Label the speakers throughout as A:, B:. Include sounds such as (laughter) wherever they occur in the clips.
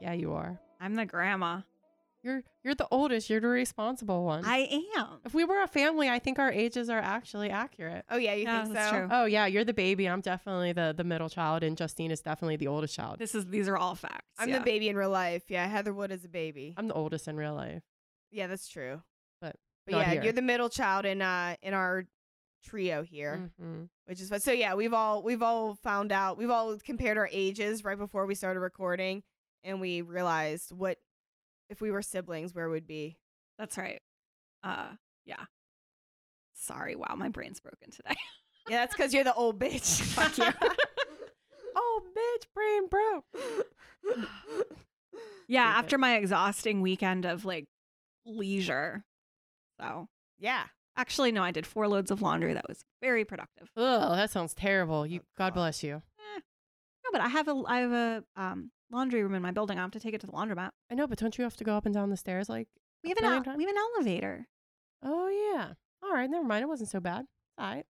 A: Yeah, you are.
B: I'm the grandma.
A: You're you're the oldest. You're the responsible one.
B: I am.
A: if we were a family, I think our ages are actually accurate.
C: Oh yeah, you
B: Yeah,
C: think
B: that's
C: so?
B: true.
A: Oh yeah, you're the baby. I'm definitely the the middle child, and Justine is definitely the oldest child.
B: This is these are all facts.
C: I'm
B: yeah.
C: the baby in real life. Yeah, Heather Wood is a baby.
A: I'm the oldest in real life.
C: yeah, that's true.
A: But
C: But
A: not
C: yeah,
A: here.
C: you're the middle child in uh in our trio here,
B: Mm.
A: Mhm.
C: which is fun. So yeah, we've all we've all found out we've all compared our ages right before we started recording, and we realized what if we were siblings, where would be.
B: That's right. Uh yeah. Sorry, wow, my brain's broken today. (laughs)
C: Yeah, that's because you're the old (laughs) bitch. Fuck
A: Oh, bitch, brain broke.
C: you. (laughs)
B: yeah,
A: Stupid.
B: after my exhausting weekend of like leisure. So (laughs)
C: yeah.
B: actually no, I did four loads of laundry. That was very productive.
A: Oh, that sounds terrible. You,
C: Oh,
A: God
C: God.
A: bless you.
B: No, but I have a I have a um laundry room in my building. I have to take it to the laundromat.
A: I know, but don't you have to go up and down the stairs? Like,
B: We have an
A: Million
B: el- we have an elevator.
A: oh yeah. All right, never mind. It wasn't so bad. All right.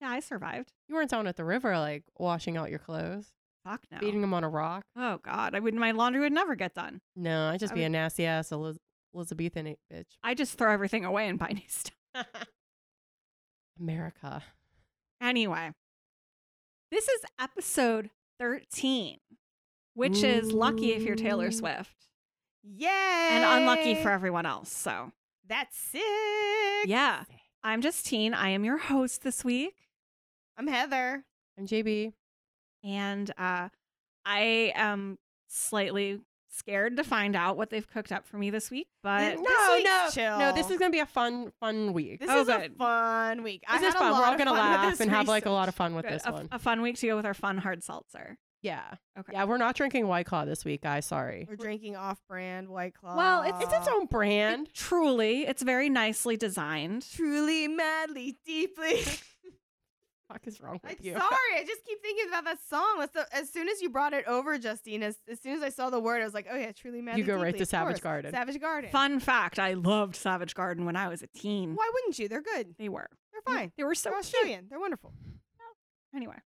B: Yeah, I survived.
A: You weren't down at the river, like washing out your clothes,
B: Fuck no.
A: beating them on a rock.
B: Oh god, I would my laundry would never get done.
A: No, I'd just
B: I
A: be a
B: would-
A: nasty ass Eliz- Elizabethan i- bitch.
B: I just throw everything away (laughs) and buy new stuff.
A: America.
B: Anyway, this is episode 13, which is lucky if you're Taylor
A: Ooh.
B: Swift
C: Yay.
B: and unlucky for everyone else. So,
C: That's sick.
B: yeah, I'm Justine. I am your host this week.
C: I'm Heather.
A: I'm JB.
B: And uh, I am slightly scared to find out what they've cooked up for me this week, but
C: No, this week's chill.
A: no. This is gonna be a fun, fun week.
C: This
B: Oh,
C: is
B: good.
C: a fun week. I
A: this is
C: had a
A: fun.
C: lot
A: We're all
C: of
A: gonna
C: fun with
A: laugh
C: this
A: and have like a
C: research.
A: lot of fun with
B: good.
A: this
B: a,
A: one.
B: a fun week to go with our fun hard seltzer.
A: yeah.
B: Okay.
A: Yeah, we're not drinking White Claw this week, guys. Sorry.
C: We're drinking off-brand White Claw.
B: Well, it's-
A: It's its (laughs) own brand.
B: Truly, it's very nicely designed.
C: truly, madly,
A: (laughs)
C: deeply. (laughs)
A: What the fuck is wrong
C: I'm
A: with you?
C: sorry. I just keep thinking about that song. That's the- as soon as you brought it over, Justine. As, as soon as I saw the word, I was like, oh yeah, truly, madly,
A: go right
C: deeply,
A: to
C: of
A: Savage
C: course.
A: Garden.
C: Savage Garden.
B: Fun fact I loved Savage Garden when I was a teen.
C: Why wouldn't you? They're good.
B: They were.
C: They're fine.
B: They were so
C: They're
B: cute.
C: Australian. They're wonderful.
B: Anyway.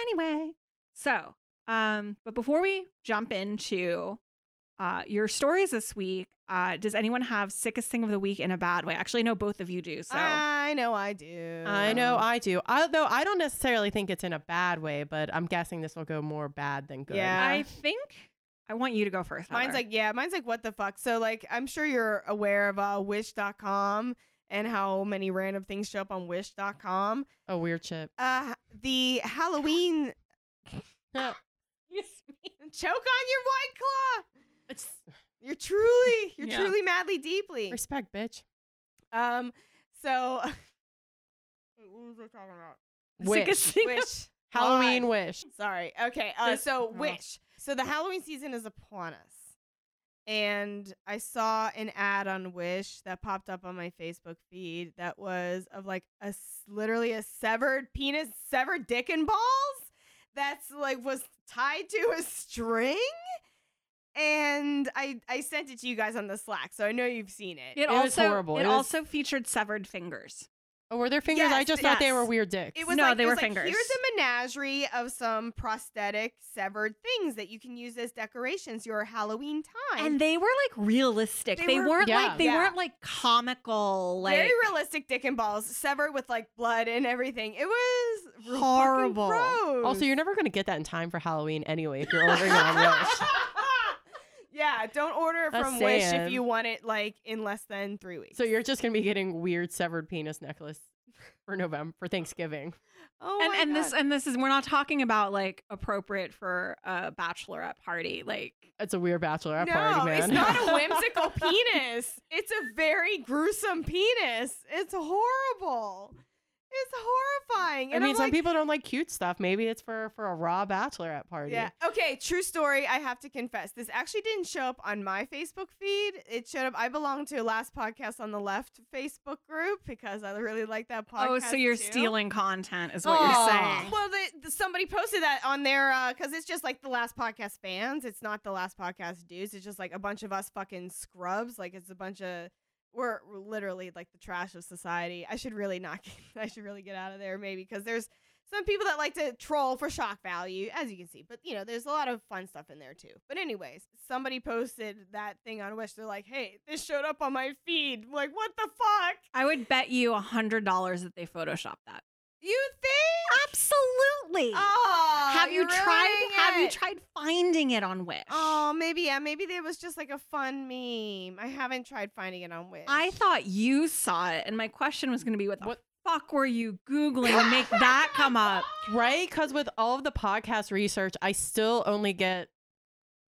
B: Anyway. So, um, but before we jump into uh your stories this week, uh, does anyone have sickest thing of the week in a bad way? Actually, I know both of you do. So
C: I know I do.
A: I know I do. Although I don't necessarily think it's in a bad way, but I'm guessing this will go more bad than good.
C: Yeah.
B: I think I want you to go first.
C: Mine's
B: Heather.
C: like, yeah, mine's like, what the fuck? So, like, I'm sure you're aware of uh, Wish.com and how many random things show up on Wish.com.
A: A weird chip.
C: Uh, the Halloween (laughs) choke on your white claw.
A: It's
C: You're truly, you're
B: Yeah.
C: truly madly deeply.
A: respect, bitch.
C: Um, so (laughs) Wait, what was I talking about?
A: Wish.
B: Sickest thing. of-
C: Wish.
A: Halloween wish.
C: Sorry. Okay. Uh,
B: This-
C: so
B: oh.
C: Wish. So the Halloween season is upon us. And I saw an ad on Wish that popped up on my Facebook feed that was of like a s- literally a severed penis, severed dick and balls that's like was tied to a string. And I I sent it to you guys on the Slack, so I know you've seen it.
B: (laughs) It,
A: was
B: also
A: horrible.
B: it,
A: It was-
B: also featured severed fingers.
A: Oh, were there fingers? I
C: Yes,
A: just thought they were
B: yes.
A: weird dicks.
C: It was
B: No,
C: like,
B: they
C: it
B: were
C: was like,
B: fingers.
C: Here's a menagerie of some prosthetic severed things that you can use as decorations your Halloween time.
B: And they were like realistic. They,
C: They were-
B: weren't
A: Yeah.
B: like they
C: Yeah.
B: weren't like comical like
C: very realistic dick and balls severed with like blood and everything. It was fucking
B: Horrible.
C: gross. (laughs)
A: also, you're never gonna get that in time for Halloween anyway if you're ordering on
C: (laughs)
A: Wish.
C: yeah, don't order
A: Just
C: from Wish
A: saying.
C: if you want it like in less than three weeks.
A: So you're just gonna be getting weird severed penis necklace for November for Thanksgiving.
C: oh
B: and
C: my
B: and this
C: God.
B: and this is we're not talking about like appropriate for a bachelorette party like
A: That's a weird bachelorette
C: no,
A: party, man.
C: it's
A: (laughs)
C: not a whimsical penis. It's a very gruesome penis. It's horrible. It's horrifying.
A: I
C: And
A: mean,
C: I'm
A: some
C: like,
A: people don't like cute stuff. Maybe it's for for a raw bachelorette party.
C: Yeah. Okay. True story. I have to confess, this actually didn't show up on my Facebook feed. It showed up. I belong to Last Podcast on the Left Facebook group because I really like that podcast.
B: oh so you're
C: too.
B: stealing content is what you're
A: Aw.
B: saying
C: Well, the, the, somebody posted that on their because it's just like the Last Podcast fans. It's not the Last Podcast dudes. It's just like a bunch of us fucking scrubs. Like it's a bunch of we're we're (laughs) literally like the trash of society. I should really not. Get, I should really get out of there maybe because there's some people that like to troll for shock value, as you can see. But you know, there's a lot of fun stuff in there too. But anyways, somebody posted that thing on Wish. They're like, "Hey, this showed up on my feed. Like, what the fuck?
B: I would bet you a hundred dollars that they photoshopped that.
C: You think?
B: Absolutely.
C: Oh,
B: have you
C: you're
B: tried?
C: ruining
B: Have you
C: it.
B: tried finding it on Wish?
C: Oh, maybe yeah. Maybe there was just like a fun meme. I haven't tried finding it on Wish.
B: I thought you saw it, and my question was going to be, what the fuck were you googling to (laughs) make that come up?
A: Right? Because with all of the podcast research, I still only get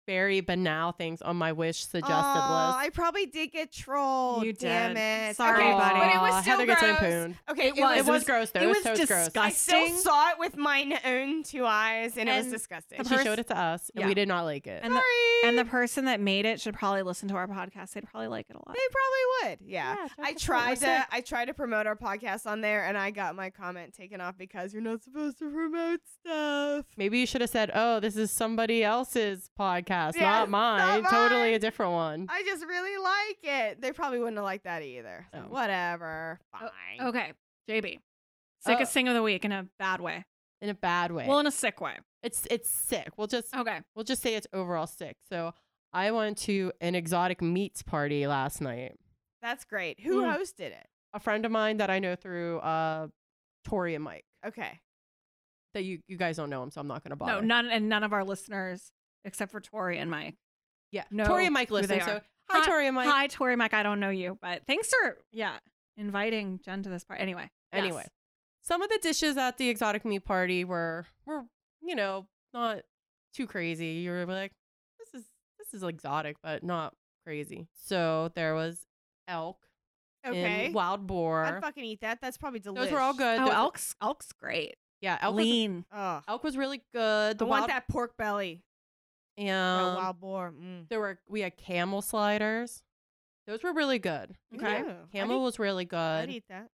A: very banal things on my wish suggested
C: Aw,
A: list.
C: I probably did get trolled.
B: You
C: Damn
B: did.
C: it.
B: Sorry,
C: okay,
B: buddy.
C: But it was
A: Aw,
C: still
A: Heather
C: gross.
A: gets own
C: Okay,
B: It
C: it was.
A: It was gross though. It was, so
C: I
B: disgusting.
C: still saw it with my own two eyes, and, it was
B: And-
C: disgusting.
A: gross.
B: The
A: She
B: pers-
A: showed it to us, and
B: Yeah.
A: we did not like it.
B: And the-
C: Sorry.
B: And the person that made it should probably listen to our podcast. They'd probably like it a lot.
C: they probably would. Yeah. I tried
A: We're
C: to
A: sick.
C: I tried to promote our podcast on there and I got my comment taken off because you're not supposed to promote stuff.
A: Maybe you should have said, "Oh, this is somebody else's podcast,
C: Yeah,
A: not mine.
C: not
A: Totally
C: mine.
A: a different one."
C: I just really like it. They probably wouldn't have liked that either. So
A: Oh.
C: Whatever. Fine.
B: Okay, JB. Sickest
A: Oh.
B: thing of the week in a bad way.
A: in a bad way.
B: Well, Oh. in a sick way.
A: it's it's sick. We'll just
B: Okay.
A: we'll just say it's overall sick. So I went to an exotic meats party last night.
C: That's great. Who
A: Mm.
C: hosted it?
A: A friend of mine that I know through uh, Tori and Mike.
C: Okay.
A: That you you guys don't know him, so I'm not gonna bother.
B: No, none and none of our listeners except for Tori and Mike.
A: Yeah.
B: No,
A: Tori and Mike
B: who they
A: listen. So
B: are.
A: hi,
B: Hi-
A: Tori and Mike.
B: Hi, Tori, Mike. I don't know you, but thanks for yeah inviting Jen to this part. Anyway.
A: Anyway,
B: yes.
A: some of the dishes at the exotic meat party were were you know not too crazy. You were like, this is this is exotic, but not crazy. So there was elk, and
C: Okay.
A: wild boar.
C: I'd fucking eat that. That's probably delicious.
A: Those were all good. Those
B: Oh,
A: were-
B: elk's elk's great.
A: yeah, elk was,
B: Lean.
C: Ugh.
A: elk was really good.
C: I
A: The Um,
C: want
A: wild,
C: that pork belly. or
A: and
C: wild boar. Mm.
A: there were we had camel sliders. Those were really good.
B: Okay.
C: Ew. I'd
A: Camel
C: eat-
A: was really
C: I'd
A: good.
C: eat that.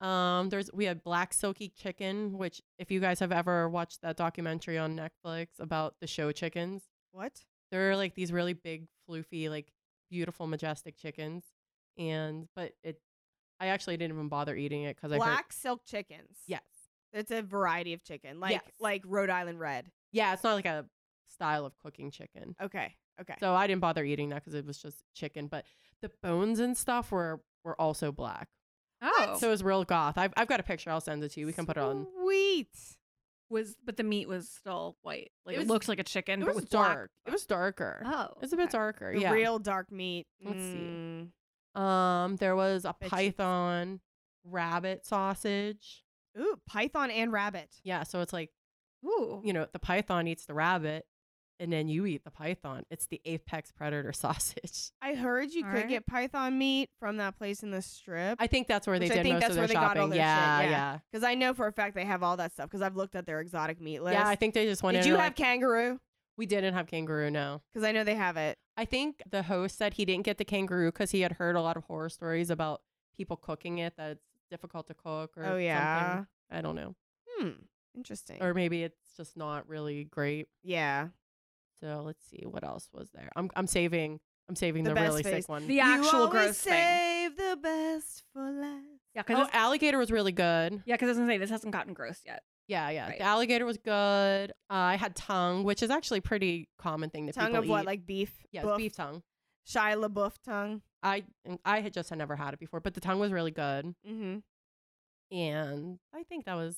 A: Um, there's we had black silky chicken, which if you guys have ever watched that documentary on Netflix about the show chickens,
C: What?
A: they're like these really big, floofy, like beautiful, majestic chickens. And but it, I actually didn't even bother eating it because I heard,
C: Black silk chickens.
A: yes,
C: It's a variety of chicken. Like
A: Yes.
C: like Rhode Island red.
A: yeah, it's not like a style of cooking chicken.
C: Okay. Okay.
A: So I didn't bother eating that because it was just chicken. But the bones and stuff were were also black.
B: Oh,
A: So it was real goth. I've I've got a picture. I'll send it to you. We can put it on.
C: Sweet.
B: was but the meat was still white. Like
A: It
B: it,
A: was-
B: looked like a chicken,
A: It
B: but
A: was
B: with
A: dark.
B: Black.
A: It was darker.
B: Oh,
A: It was a bit
B: okay.
A: darker.
C: The
A: yeah.
C: Real dark meat.
A: Let's see.
C: Mm.
A: Um, there was a
C: Bitches.
A: python rabbit sausage.
C: Ooh, python and rabbit.
A: Yeah, so it's like,
B: Ooh,
A: you know, the python eats the rabbit and then you eat the python. It's the apex predator (laughs) sausage.
C: I heard you
B: All
C: could
B: right.
C: get python meat from that place in the strip.
A: I think that's where
C: Which
A: they
C: I
A: did
C: think
A: most
C: that's
A: of their
C: where they got all
A: shopping.
C: their shit,
A: yeah,
C: yeah.
A: yeah.
C: Because I know for a fact they have all that stuff because I've looked at their exotic meat list.
A: Yeah, I think they just went
C: Did
A: in
C: you
A: and
C: have
A: like-
C: kangaroo?
A: we didn't have kangaroo, no.
C: Because I know they have it.
A: I think the host said he didn't get the kangaroo because he had heard a lot of horror stories about people cooking it that it's difficult to cook or
C: Oh, yeah.
A: something. I don't know.
C: Hmm. Interesting.
A: Or maybe it's just not really great.
C: yeah.
A: So let's see what else was there. I'm I'm saving I'm saving
C: The
A: the,
C: best
A: really
C: face.
A: sick one.
B: the actual
C: you
B: gross
C: always
B: thing.
C: save the best for last.
B: Yeah, because
A: oh, alligator was really good.
B: yeah, because I was gonna say this hasn't gotten gross yet.
A: Yeah, yeah.
B: Right.
A: The alligator was good. I had tongue, which is actually a pretty common thing that
C: Tongue
A: people
C: of what?
A: eat.
C: Like beef?
A: yes,
C: Boof?
A: beef tongue.
C: Shia LaBeouf tongue.
A: I and I had just had never had it before, but the tongue was really good,
C: Mm-hmm.
A: and I think that was.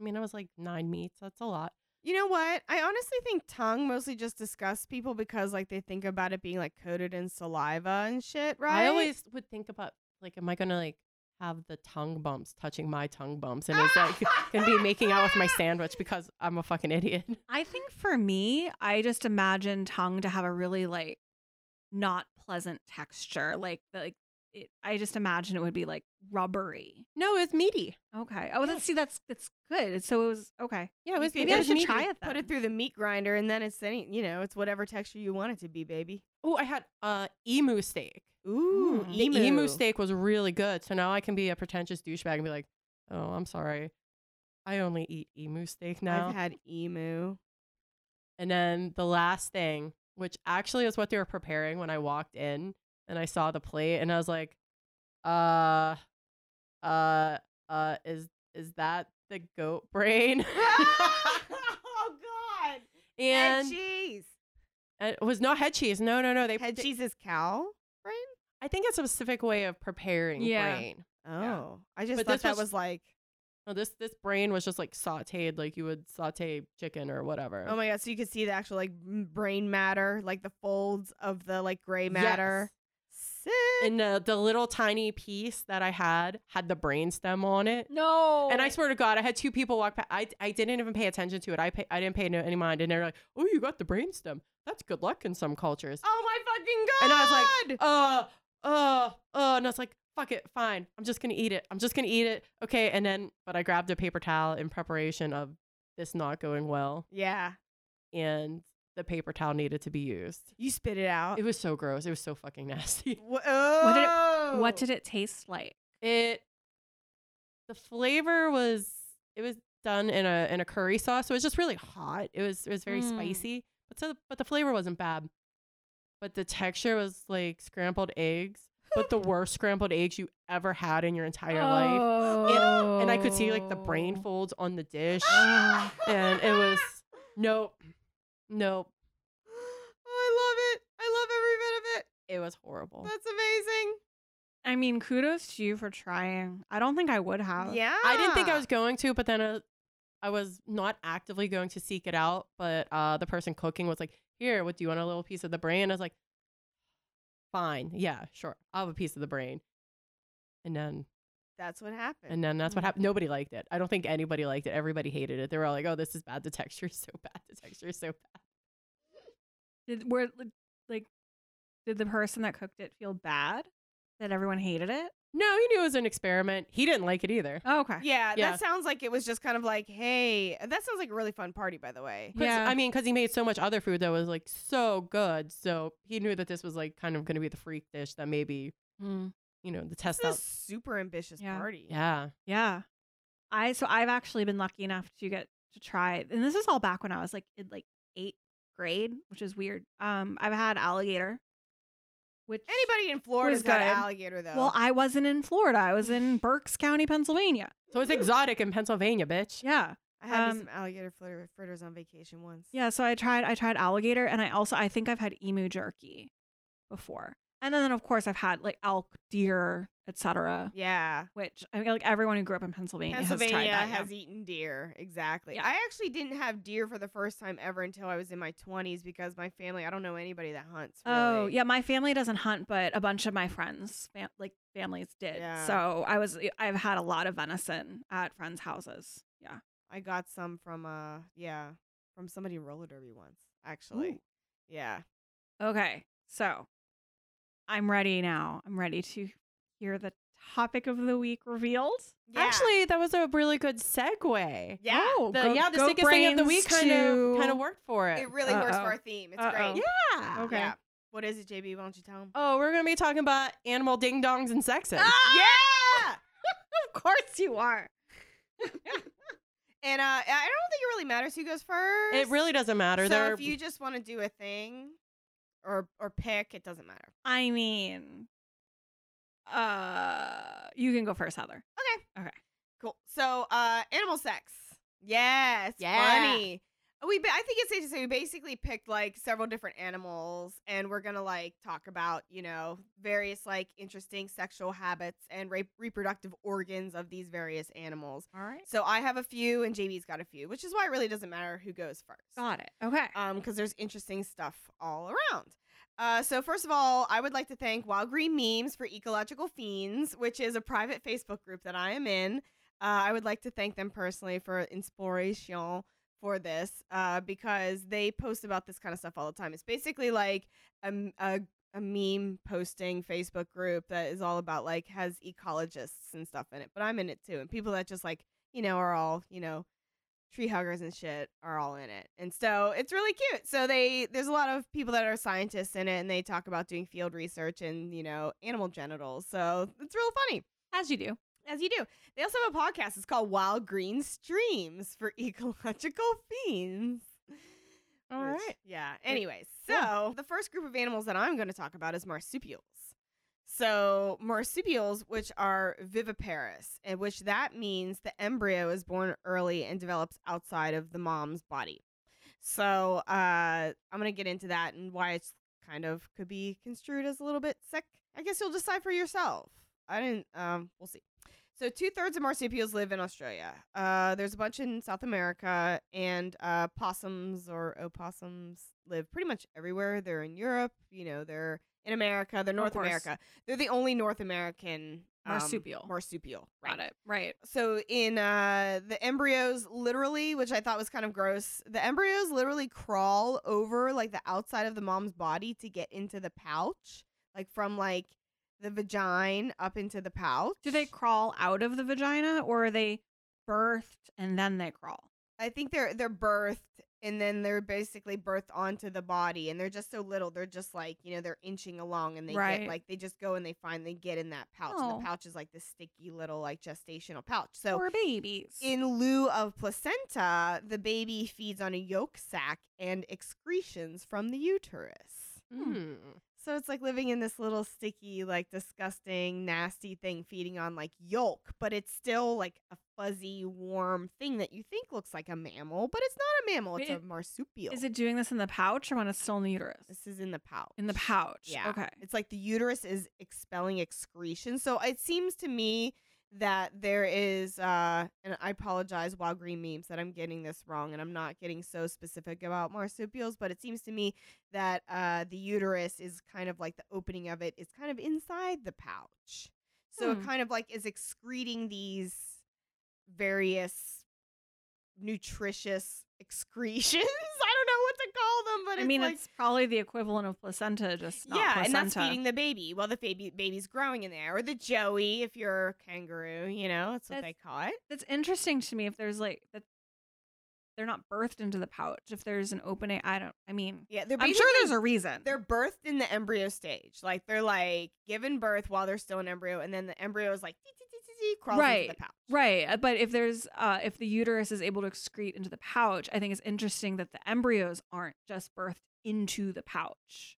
A: I mean, that was like nine meats. That's a lot.
C: You know what? I honestly think tongue mostly just disgusts people because like they think about it being like coated in saliva and shit, right?
A: I always would think about like, am I gonna like have the tongue bumps touching my tongue bumps, and it's like
C: (laughs)
A: gonna be making out with my sandwich because I'm a fucking idiot.
B: I think for me, I just imagine tongue to have a really like not pleasant texture. Like the, like it, I just imagine it would be like rubbery.
A: No, it's meaty.
B: Okay. Oh, let's see. That's that's good. So it was okay.
A: Yeah, it was.
B: Maybe
A: it
B: I
A: was
B: should
A: meaty.
B: try it. Then.
C: put it through the meat grinder and then it's any you know, it's whatever texture you want it to be, baby.
A: Oh, I had uh emu steak.
C: Ooh,
B: Mm.
A: The emu. steak was really good. So now I can be a pretentious douchebag and be like, "Oh, I'm sorry, I only eat emu steak now."
C: I've had emu.
A: and then the last thing, which actually is what they were preparing when I walked in and I saw the plate, and I was like, "Uh, uh, uh, is is that the goat (laughs) brain
C: (laughs) oh God! Head
A: and
C: cheese.
A: it was not head cheese. No, no, no. They,
C: Head
A: they-
C: cheese is cow brain.
A: I think it's a specific way of preparing
B: Yeah.
A: brain.
C: Oh,
A: Yeah.
C: I just
A: But
C: thought
A: this
C: that
A: was-
C: was like.
A: No, this this brain was just like sautéed, like you would saute chicken or whatever.
C: Oh my god! So you could see the actual like m- brain matter, like the folds of the like gray matter. Sick.
A: And the, the little tiny piece that I had had the brain stem on it.
B: No.
A: And I swear to God, I had two people walk past. I, I didn't even pay attention to it. I pay, I didn't pay no, any mind. And they're like, "Oh, you got the brain stem. That's good luck in some cultures."
C: oh my fucking god!
A: And I was like, uh, uh, uh, and I was like, fuck it, fine. I'm just gonna eat it. I'm just gonna eat it. Okay, and then but I grabbed a paper towel in preparation of this not going well,
C: yeah,
A: and the paper towel needed to be used.
C: you spit it out.
A: It was so gross. It was so fucking (laughs) nasty.
C: Wha-
B: did it-
C: oh! (gasps)
B: what did it taste like?
A: It the flavor was it was done in a in a curry sauce, so it was just really hot. It was it was very
B: Mm.
A: spicy. But so but the flavor wasn't bad. But the texture was like scrambled eggs, but the worst scrambled eggs you ever had in your entire life.
B: Oh.
A: And I could see like the brain folds on the dish.
B: Oh.
A: and it was nope. Nope.
C: Oh, (gasps) I love it. I love every bit of it.
A: It was horrible.
C: That's amazing.
B: I mean, kudos to you for trying. I don't think I would have.
C: Yeah.
A: I didn't think I was going to, but then uh, I was not actively going to seek it out. But uh, the person cooking was like, "Here, what do you want? A little piece of the brain?" I was like, "Fine, yeah, sure, I'll have a piece of the brain." And then,
C: That's what happened.
A: and then that's what
B: Mm.
A: happened. Nobody liked it. I don't think anybody liked it. Everybody hated it. They were all like, "Oh, this is bad. The texture is so bad. The texture is so bad."
B: Did, were like, did the person that cooked it feel bad that everyone hated it?
A: No, he knew it was an experiment. He didn't like it either.
B: Oh, okay.
C: Mm-hmm. yeah,
A: Yeah.
C: that sounds like it was just kind of like, hey, that sounds like a really fun party, by the way.
A: 'Cause-
B: Yeah.
A: I mean, because he made so much other food that was like so good, so he knew that this was like kind of going to be the freak dish that maybe
B: Mm.
A: you know the test
C: This
A: out
C: is a super ambitious
B: Yeah.
C: party.
A: Yeah.
B: Yeah. I so I've actually been lucky enough to get to try and this is all back when I was like in like eighth grade, which is weird. Um I've had alligator. Which
C: Anybody in Florida's
B: Was
C: got an
B: good.
C: alligator though.
B: Well, I wasn't in Florida. I was in Berks County, Pennsylvania.
A: So it's exotic in Pennsylvania, bitch.
B: Yeah.
C: I had me
B: um,
C: some alligator fritter- fritters on vacation once.
B: Yeah. So I tried I tried alligator and I also I think I've had emu jerky before. And then of course I've had like elk, deer, etc.
C: Yeah.
B: Which I mean like everyone who grew up in (laughs) Pennsylvania,
C: Pennsylvania
B: has
C: has,
B: tried that. yeah.
C: eaten deer. Exactly.
B: Yeah.
C: I actually didn't have deer for the first time ever until I was in my 20s because my family, I don't know anybody that hunts.
B: Oh
C: really.
B: yeah, my family doesn't hunt, but a bunch of my friends, fam- like families, did.
C: Yeah.
B: So I was, I've had a lot of venison at friends' houses. Yeah,
C: I got some from uh yeah, from somebody in roller derby once, actually.
B: Ooh.
C: Yeah.
B: Okay, so I'm ready now. I'm ready to hear the topic of the week revealed.
A: Actually, that was a really good segue.
C: Yeah.
B: Oh,
A: The,
B: go-
A: yeah, the
B: go
A: sickest thing of the
B: brains
A: week kind
B: to-
A: of kind of worked for it.
C: it really works for
B: Uh-oh.
C: our theme. It's
B: Uh-oh.
C: great.
B: Yeah.
C: Okay. Yeah. What is it, JB? Why don't you tell him?
A: Oh, we're gonna be talking about animal ding dongs and sexes.
C: Ah! (laughs) Yeah.
B: Of course you are.
C: (laughs) And uh, I I don't think it really matters who goes first.
A: It really doesn't matter.
C: So
A: They're-
C: if you just want to do a thing, or or pick, it doesn't matter.
B: I mean, uh, you can go first, Heather.
C: Cool. So uh, animal sex. Yeah. It's
A: Yeah.
C: Funny. We. ba- I think it's safe to say we basically picked like several different animals, and we're gonna like talk about you know various like interesting sexual habits and re- reproductive organs of these various animals.
B: All right.
C: So I have a few, and JB's got a few, which is why it really doesn't matter who goes first.
B: Got it. Okay.
C: um, because there's interesting stuff all around. Uh, so first of all, I would like to thank Wild Green Memes for Ecological Fiends, which is a private Facebook group that I am in. Uh, I would like to thank them personally for inspiration for this uh, because they post about this kind of stuff all the time. It's basically like a, m- a- a meme posting Facebook group that is all about like has ecologists and stuff in it, but I'm in it too, and people that just like you know are all you know tree huggers and shit are all in it. And so it's really cute. So they there's a lot of people that are scientists in it and they talk about doing field research and, you know, animal genitals. So it's real funny.
B: As you do.
C: As you do. They also have a podcast. It's called Wild Green Streams for (laughs) Ecological Fiends.
A: all
C: Which-
A: right.
C: Yeah. Anyways, so
B: Cool.
C: the first group of animals that I'm going to talk about is marsupials. So marsupials, which are viviparous, and which that means the embryo is born early and develops outside of the mom's body. So uh, I'm gonna get into that and why it's kind of could be construed as a little bit sick. I guess you'll decide for yourself. I didn't. Um, we'll see. So two thirds of marsupials live in Australia. Uh, there's a bunch in South America, and uh, possums or opossums live pretty much everywhere. They're in Europe. You know, they're in America. They're North
B: course.
C: America. They're the only North American um,
B: Marsupial.
C: marsupial.
B: Got it. Right.
C: So in uh, the embryos, literally, which I thought was kind of gross, the embryos literally crawl over like the outside of the mom's body to get into the pouch, like from like the vagina up into the pouch.
B: Do they crawl out of the vagina or are they birthed and then they crawl?
C: I think they're they're birthed and then they're basically birthed onto the body and they're just so little they're just like you know they're inching along and they
B: Right.
C: get like they just go and they finally get in that pouch and
B: Oh.
C: the pouch is like this sticky little like gestational pouch so
B: or babies.
C: in lieu of placenta the baby feeds on a yolk sac and excretions from the uterus
A: Mm.
C: so it's like living in this little sticky like disgusting nasty thing feeding on like yolk but it's still like a fuzzy warm thing that you think looks like a mammal but it's not a mammal it's
B: Wait,
C: a marsupial
B: is it doing this in the pouch or when it's still in the uterus?
C: this is in the pouch
B: In the pouch.
C: Yeah.
B: Okay.
C: It's like the uterus is expelling excretion. So it seems to me that there is, uh, and I apologize, Wild Green Memes, that I'm getting this wrong and I'm not getting so specific about marsupials, but it seems to me that uh, the uterus is kind of like the opening of it is kind of inside the pouch. So it
B: Hmm.
C: kind of like is excreting these various nutritious excretions. (laughs) I don't know what to call them, but
B: I mean,
C: it's like,
B: it's probably the equivalent of placenta, just not
C: yeah,
B: placenta.
C: and that's feeding the baby. Well, the baby baby's growing in there, or the joey if you're a kangaroo. You know, that's what
B: That's-
C: they call it.
B: That's interesting to me. If there's like that, they're not birthed into the pouch. If there's an opening, I don't. I mean,
C: Yeah, they're
B: I'm sure there's
C: basically-
B: a reason.
C: they're birthed in the embryo stage. Like they're like given birth while they're still an embryo, and then the embryo is like tee, tee, tee, tee, tee, crawls into
B: Right,
C: the pouch.
B: Right, uh, but if there's uh, if the uterus is able to excrete into the pouch, I think it's interesting that the embryos aren't just birthed into the pouch.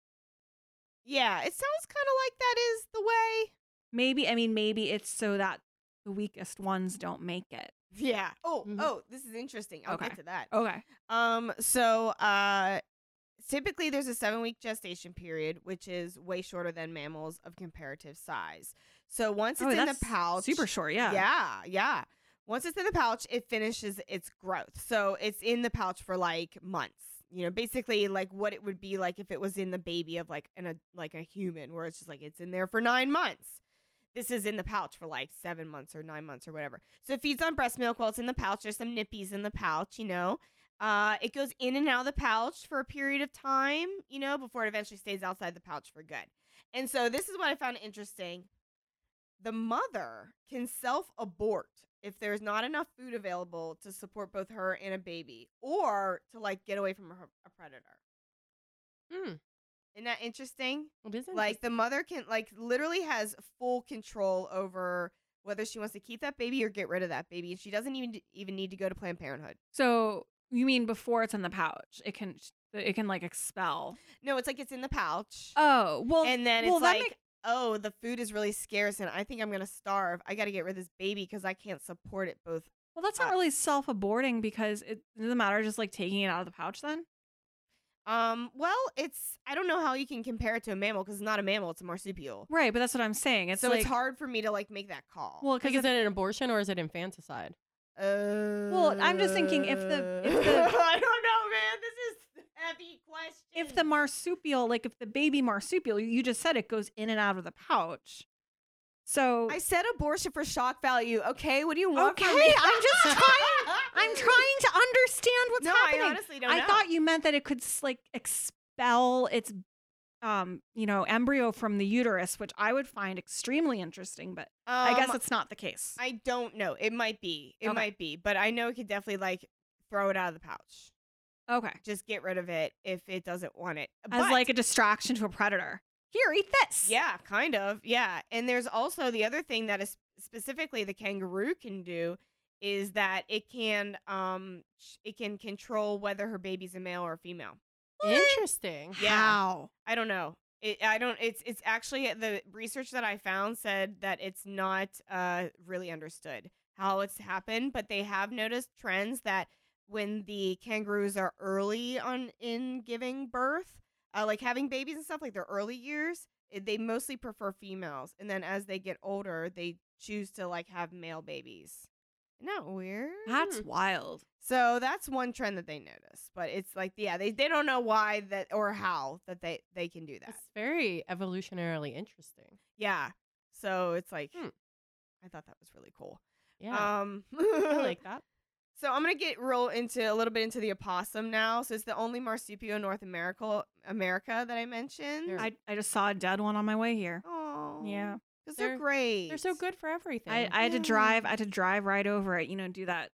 C: Yeah, it sounds kind of like that is the way.
B: Maybe I mean maybe it's so that the weakest ones don't make it.
C: Yeah. Oh,
A: Mhm.
C: oh, this is interesting. I'll
B: Mm-hmm. Okay.
C: get to that.
B: Okay,
C: Um, so uh typically there's a seven week gestation period, which is way shorter than mammals of comparative size. So once it's in the pouch
B: Oh, super short. Yeah,
C: Yeah, yeah. Once it's in the pouch, it finishes its growth. So it's in the pouch for like months. You know, basically like what it would be like if it was in the baby of like an a, like a human, where it's just like it's in there for nine months. This is in the pouch for like seven months or nine months or whatever. So it feeds on breast milk while it's in the pouch. There's some nippies in the pouch, you know. Uh, it goes in and out of the pouch for a period of time, you know, before it eventually stays outside the pouch for good. And so this is what I found interesting the mother can self abort if there's not enough food available to support both her and a baby or to like get away from a, a predator.
A: Mm.
C: Isn't that interesting?
A: It is
C: Like the mother can like literally has full control over whether she wants to keep that baby or get rid of that baby and she doesn't even even need to go to planned parenthood.
B: So you mean before it's in the pouch, it can it can like expel.
C: No, it's like it's in the pouch.
B: Oh well,
C: and then
B: well,
C: it's
B: that
C: like
B: make-
C: oh the food is really scarce and I think I'm going to starve. I got to get rid of this baby cuz I can't support it both
B: well, that's not
C: uh,
B: really self-aborting because it doesn't matter just like taking it out of the pouch. Then
C: Um, well, it's I don't know how you can compare it to a mammal because it's not a mammal; it's a marsupial.
B: right, but that's what I'm saying. It's
C: so
B: like,
C: it's hard for me to like make that call.
B: Well,
A: like,
B: because
A: is it an abortion or is it infanticide?
C: uh,
B: well, I'm just thinking if the-
C: (laughs)
B: if the-
C: I don't know, man. This is (laughs) heavy question.
B: if the marsupial, like if the baby marsupial, you- you just said it goes in and out of the pouch. So
C: I said abortion for shock value. Okay, what do you want?
B: okay,
C: from me? (laughs)
B: I'm just trying. I'm trying to understand what's
C: no,
B: happening.
C: I honestly don't.
B: I
C: know.
B: thought you meant that it could s- like expel its um, you know, embryo from the uterus, which I would find extremely interesting, but I guess
C: Um,
B: it's not the case.
C: I don't know. It might be. It
B: Okay.
C: might be, but I know it could definitely like throw it out of the pouch.
B: okay.
C: Just get rid of it if it doesn't want it.
B: As
C: But-
B: like a distraction to a predator. Here, eat this.
C: Yeah, kind of. Yeah. And there's also the other thing that is specifically the kangaroo can do is that it can um sh- it can control whether her baby's a male or a female.
A: Interesting.
C: Yeah.
B: Wow.
C: I don't know. It, I don't. It's it's actually uh, the research that I found said that it's not uh, really understood how it's happened, but they have noticed trends that when the kangaroos are early on in giving birth, uh, like having babies and stuff, like their early years, i- they mostly prefer females, and then as they get older, they choose to like have male babies. Not weird.
B: That's wild.
C: So that's one trend that they notice, but it's like yeah, they, they don't know why that or how that they they can do that.
A: It's very evolutionarily interesting.
C: Yeah. So it's like
A: Hmm.
C: I thought that was really cool.
A: Yeah,
C: Um
A: I like that.
C: (laughs) So I'm gonna get roll into a little bit into the opossum now. So it's the only marsupial in North America America that I mentioned.
A: They're-
B: I, I just saw a dead one on my way here.
C: Oh
B: Yeah.
C: because they're,
A: They're-
C: great.
A: They're so good for everything.
B: I, I had to
C: Yeah.
B: drive. I had to drive right over it. You know, do that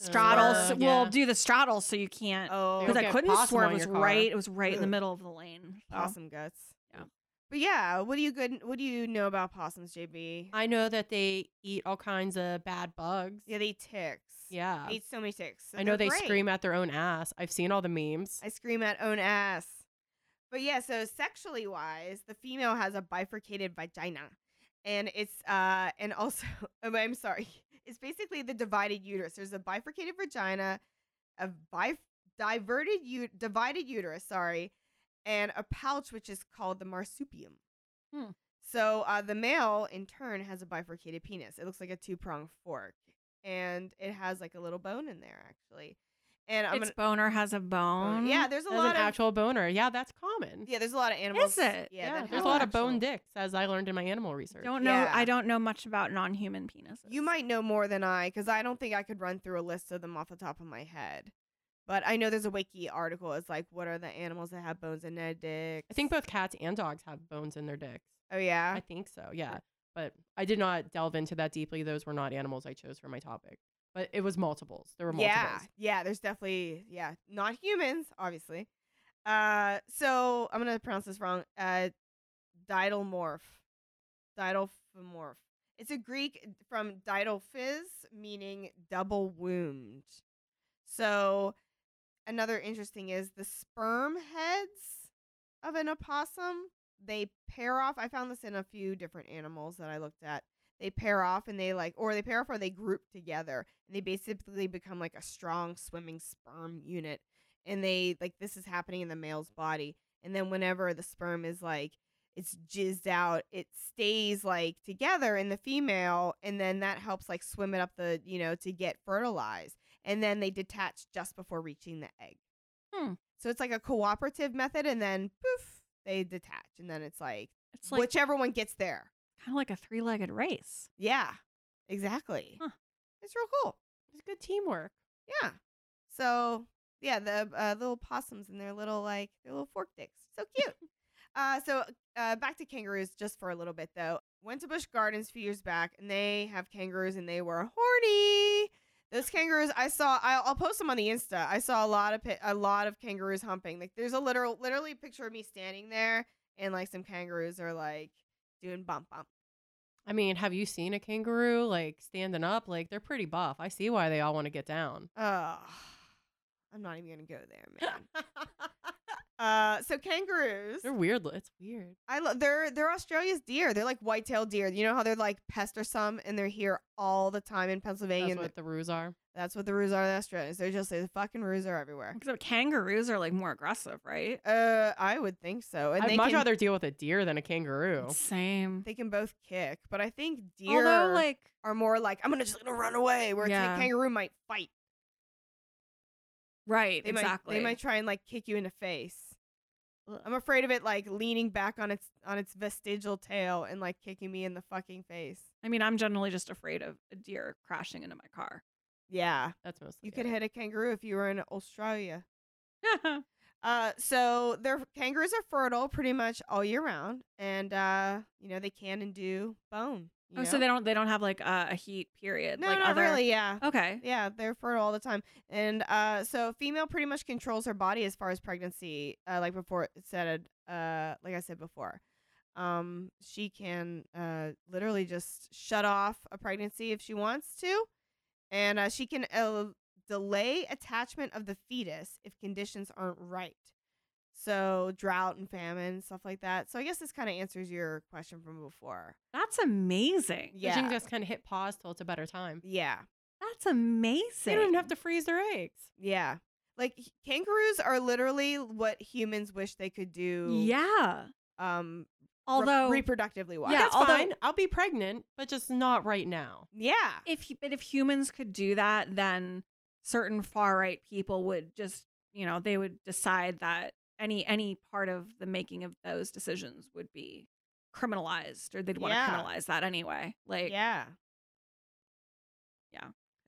A: Uh,
B: straddle.
C: swerve,
B: so- well,
A: yeah.
B: do the straddle so you can't.
C: Oh,
B: Because
A: You'll
B: I
A: get
B: couldn't
A: possum
B: swerve.
A: on
B: It was
A: your car.
B: right. It was right in the
C: Ugh.
B: middle of the lane. so.
C: possum guts.
B: Yeah.
C: But yeah, what do you good? What do you know about possums, JB?
A: I know that they eat all kinds of bad bugs.
C: yeah, they ticks.
A: Yeah.
C: Ate so many ticks. so
A: I know
C: they're
A: they
C: great.
A: scream at their own ass. I've seen all the memes.
C: I scream at own ass. But yeah, so sexually wise, the female has a bifurcated vagina. And it's uh and also (laughs) oh, I'm sorry. It's basically the divided uterus. There's a bifurcated vagina, a bif- diverted u- divided uterus, sorry, and a pouch which is called the marsupium.
A: Hmm.
C: So uh, the male in turn has a bifurcated penis. It looks like a two-pronged fork, and it has like a little bone in there actually. And I'm
B: Its
C: gonna Oh,
B: boner has a bone.
C: yeah, there's a
A: As
C: lot of
A: an (laughs) actual boner. Yeah, that's common.
C: yeah, there's a lot of animals.
B: it?
C: Yeah, that
A: there's
C: have
A: a lot of
C: actual-
A: bone dicks, as I learned in my animal research.
B: Don't know.
C: Yeah.
B: I don't know much about non-human penises.
C: You might know more than I because I don't think I could run through a list of them off the top of my head. But I know there's a wiki article. It's like, what are the animals that have bones in their dicks?
A: I think both cats and dogs have bones in their dicks.
C: Oh yeah.
A: I think so. Yeah, but I did not delve into that deeply. Those were not animals I chose for my topic, but it was multiples. There were multiples.
C: yeah, yeah. There's definitely yeah, not humans, obviously. Uh, so I'm gonna pronounce this wrong. Uh, didylomorph, didylomorph. It's a Greek from didylphys, meaning double wombed. So another interesting is the sperm heads of an opossum. They pair off. I found this in a few different animals that I looked at. They pair off and they like, or they pair off or they group together and they basically become like a strong swimming sperm unit. And they like, this is happening in the male's body. And then whenever the sperm is like, it's jizzed out, it stays like together in the female. And then that helps like swim it up the, you know, to get fertilized. And then they detach just before reaching the egg.
B: Hmm.
C: So it's like a cooperative method, and then poof, they detach, and then it's like,
B: It's like
C: whichever one gets there.
B: kind of like a three-legged race.
C: Yeah, exactly.
B: Huh.
C: It's real cool.
A: it's good teamwork.
C: Yeah. So yeah, the uh, little possums and their little like their little fork dicks, so
A: (laughs)
C: cute. uh, so uh, back to kangaroos just for a little bit though. Went to Busch Gardens a few years back, and they have kangaroos, and they were horny. Those kangaroos, I saw. I'll, I'll post them on the Insta. I saw a lot of pi- a lot of kangaroos humping. Like, there's a literal, literally picture of me standing there, and like some kangaroos are like doing bump bump.
A: I mean, have you seen a kangaroo like standing up? Like they're pretty buff. I see why they all want to get down.
C: Oh, I'm not even gonna go
A: (laughs)
C: there, man. Uh, so kangaroos.
A: they're weird. li- It's weird.
C: I love they're they're Australia's deer. They're like white-tailed deer. You know how they're like pestersome and they're here all the time in Pennsylvania.
A: That's
C: and
A: what the ruse are.
C: that's what the roos are in Australia. They're just the fucking roos are everywhere.
A: Mm.
B: Except kangaroos are like more aggressive, right?
C: Uh, I would think so. And
A: I'd
C: they
A: much
C: can,
A: rather deal with a deer than a kangaroo.
B: Same.
C: Oh. they can both kick, but I think deer
B: Although, like,
C: are more like I'm gonna just gonna run away. Where it's
B: Yeah.
C: like kangaroo might fight.
B: right,
C: They
B: exactly.
C: might they might try and like kick you in the face. I'm afraid of it like leaning back on its on its vestigial tail and like kicking me in the fucking face.
B: I mean, I'm generally just afraid of a deer crashing into my car. (laughs)
C: Yeah,
A: That's mostly.
C: you could
A: it.
C: hit a kangaroo if you were in Australia.
B: Oh,
C: Uh, so their kangaroos are fertile pretty much all year round, and uh, you know they can and do bone. you
B: oh, so
C: know?
B: they don't they don't have like a, a heat period.
C: no,
B: like
C: not
B: other...
C: really. Yeah,
B: Okay.
C: yeah, they're fertile all the time, and uh, so female pretty much controls her body as far as pregnancy. Uh, like before it said, uh, like I said before, um, she can uh literally just shut off a pregnancy if she wants to, and uh, she can uh, delay attachment of the fetus if conditions aren't right. So drought and famine, and stuff like that. So I guess this kind of answers your question from before.
B: That's amazing.
A: Yeah. You can
C: Yeah.
A: just kind of hit pause till it's a better time.
C: Yeah.
B: That's amazing.
A: They don't even have to freeze their eggs.
C: Yeah. Like h- kangaroos are literally what humans wish they could do.
B: Yeah.
C: Um. re-
B: Although
C: reproductively wise.
A: Yeah,
B: Yeah,
A: that's
B: although-
A: fine. I'll be pregnant, but just not right now.
C: Yeah.
B: if hu- but if humans could do that, then certain far right people would just you know they would decide that any any part of the making of those decisions would be criminalized or they'd want to
C: Yeah.
B: criminalize that anyway. Like
C: Yeah.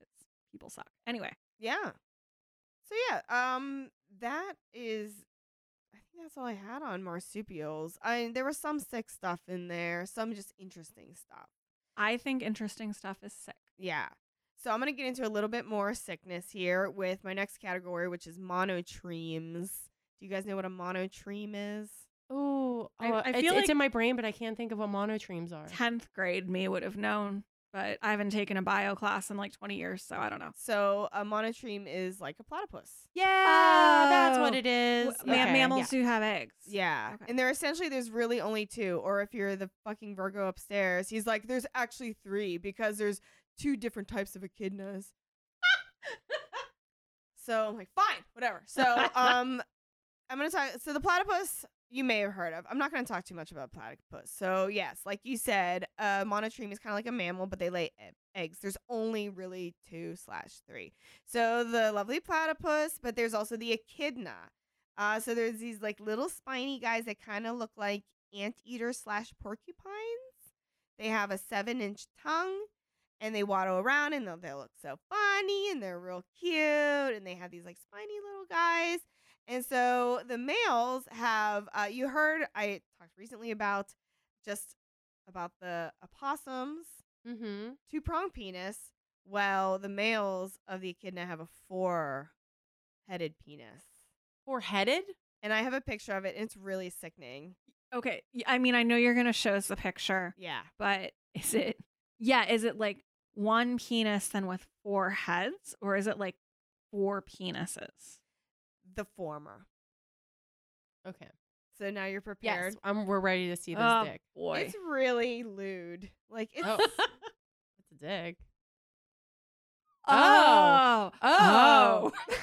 B: it's, people suck anyway.
C: Yeah. So yeah. Um. That is. I think that's all I had on marsupials. I there was some sick stuff in there. Some just interesting stuff.
B: I think interesting stuff is sick.
C: Yeah. So I'm gonna get into a little bit more sickness here with my next category, which is monotremes. Do you guys know what a monotreme is?
A: Ooh,
B: I-
A: oh,
B: I
A: it's,
B: feel
A: it's
B: like-
A: in my brain, but I can't think of what monotremes are.
B: Tenth grade me would have known, but I haven't taken a bio class in like twenty years, so I don't know.
C: So a monotreme is like a platypus.
A: Yeah, that's what
B: Oh.
A: it is.
B: Ma-
C: okay,
B: mammals do have eggs.
C: Yeah.
B: Okay.
C: And they're essentially there's really only two. Or if you're the fucking Virgo upstairs, he's like, there's actually three because there's two different types of echidnas. so I'm like, fine, whatever. So um I'm gonna talk so the platypus you may have heard of. I'm not gonna talk too much about platypus. So yes, like you said, uh monotreme is kinda like a mammal, but they lay e- eggs. There's only really two slash three. So the lovely platypus, but there's also the echidna. Uh, so there's these like little spiny guys that kind of look like anteater slash porcupines. They have a seven inch tongue and they waddle around and they'll- they look so funny and they're real cute and they have these like spiny little guys. And so the males have, uh, you heard, I talked recently about just about the opossums,
A: Mm-hmm.
C: two pronged penis. Well, the males of the echidna have a four headed penis
A: Four headed?
C: and I have a picture of it, and it's really sickening.
B: Okay. y- I mean, I know you're gonna show us the picture.
C: Yeah.
B: but is it yeah is it like one penis then with four heads or is it like four penises
C: The former.
A: Okay.
C: So now you're
A: Yes,
C: prepared.
A: I'm, we're ready to see this
B: Oh,
A: dick.
B: boy
C: It's really lewd. Like it's
A: (laughs) Oh. It's a dick.
B: oh. oh
A: Oh.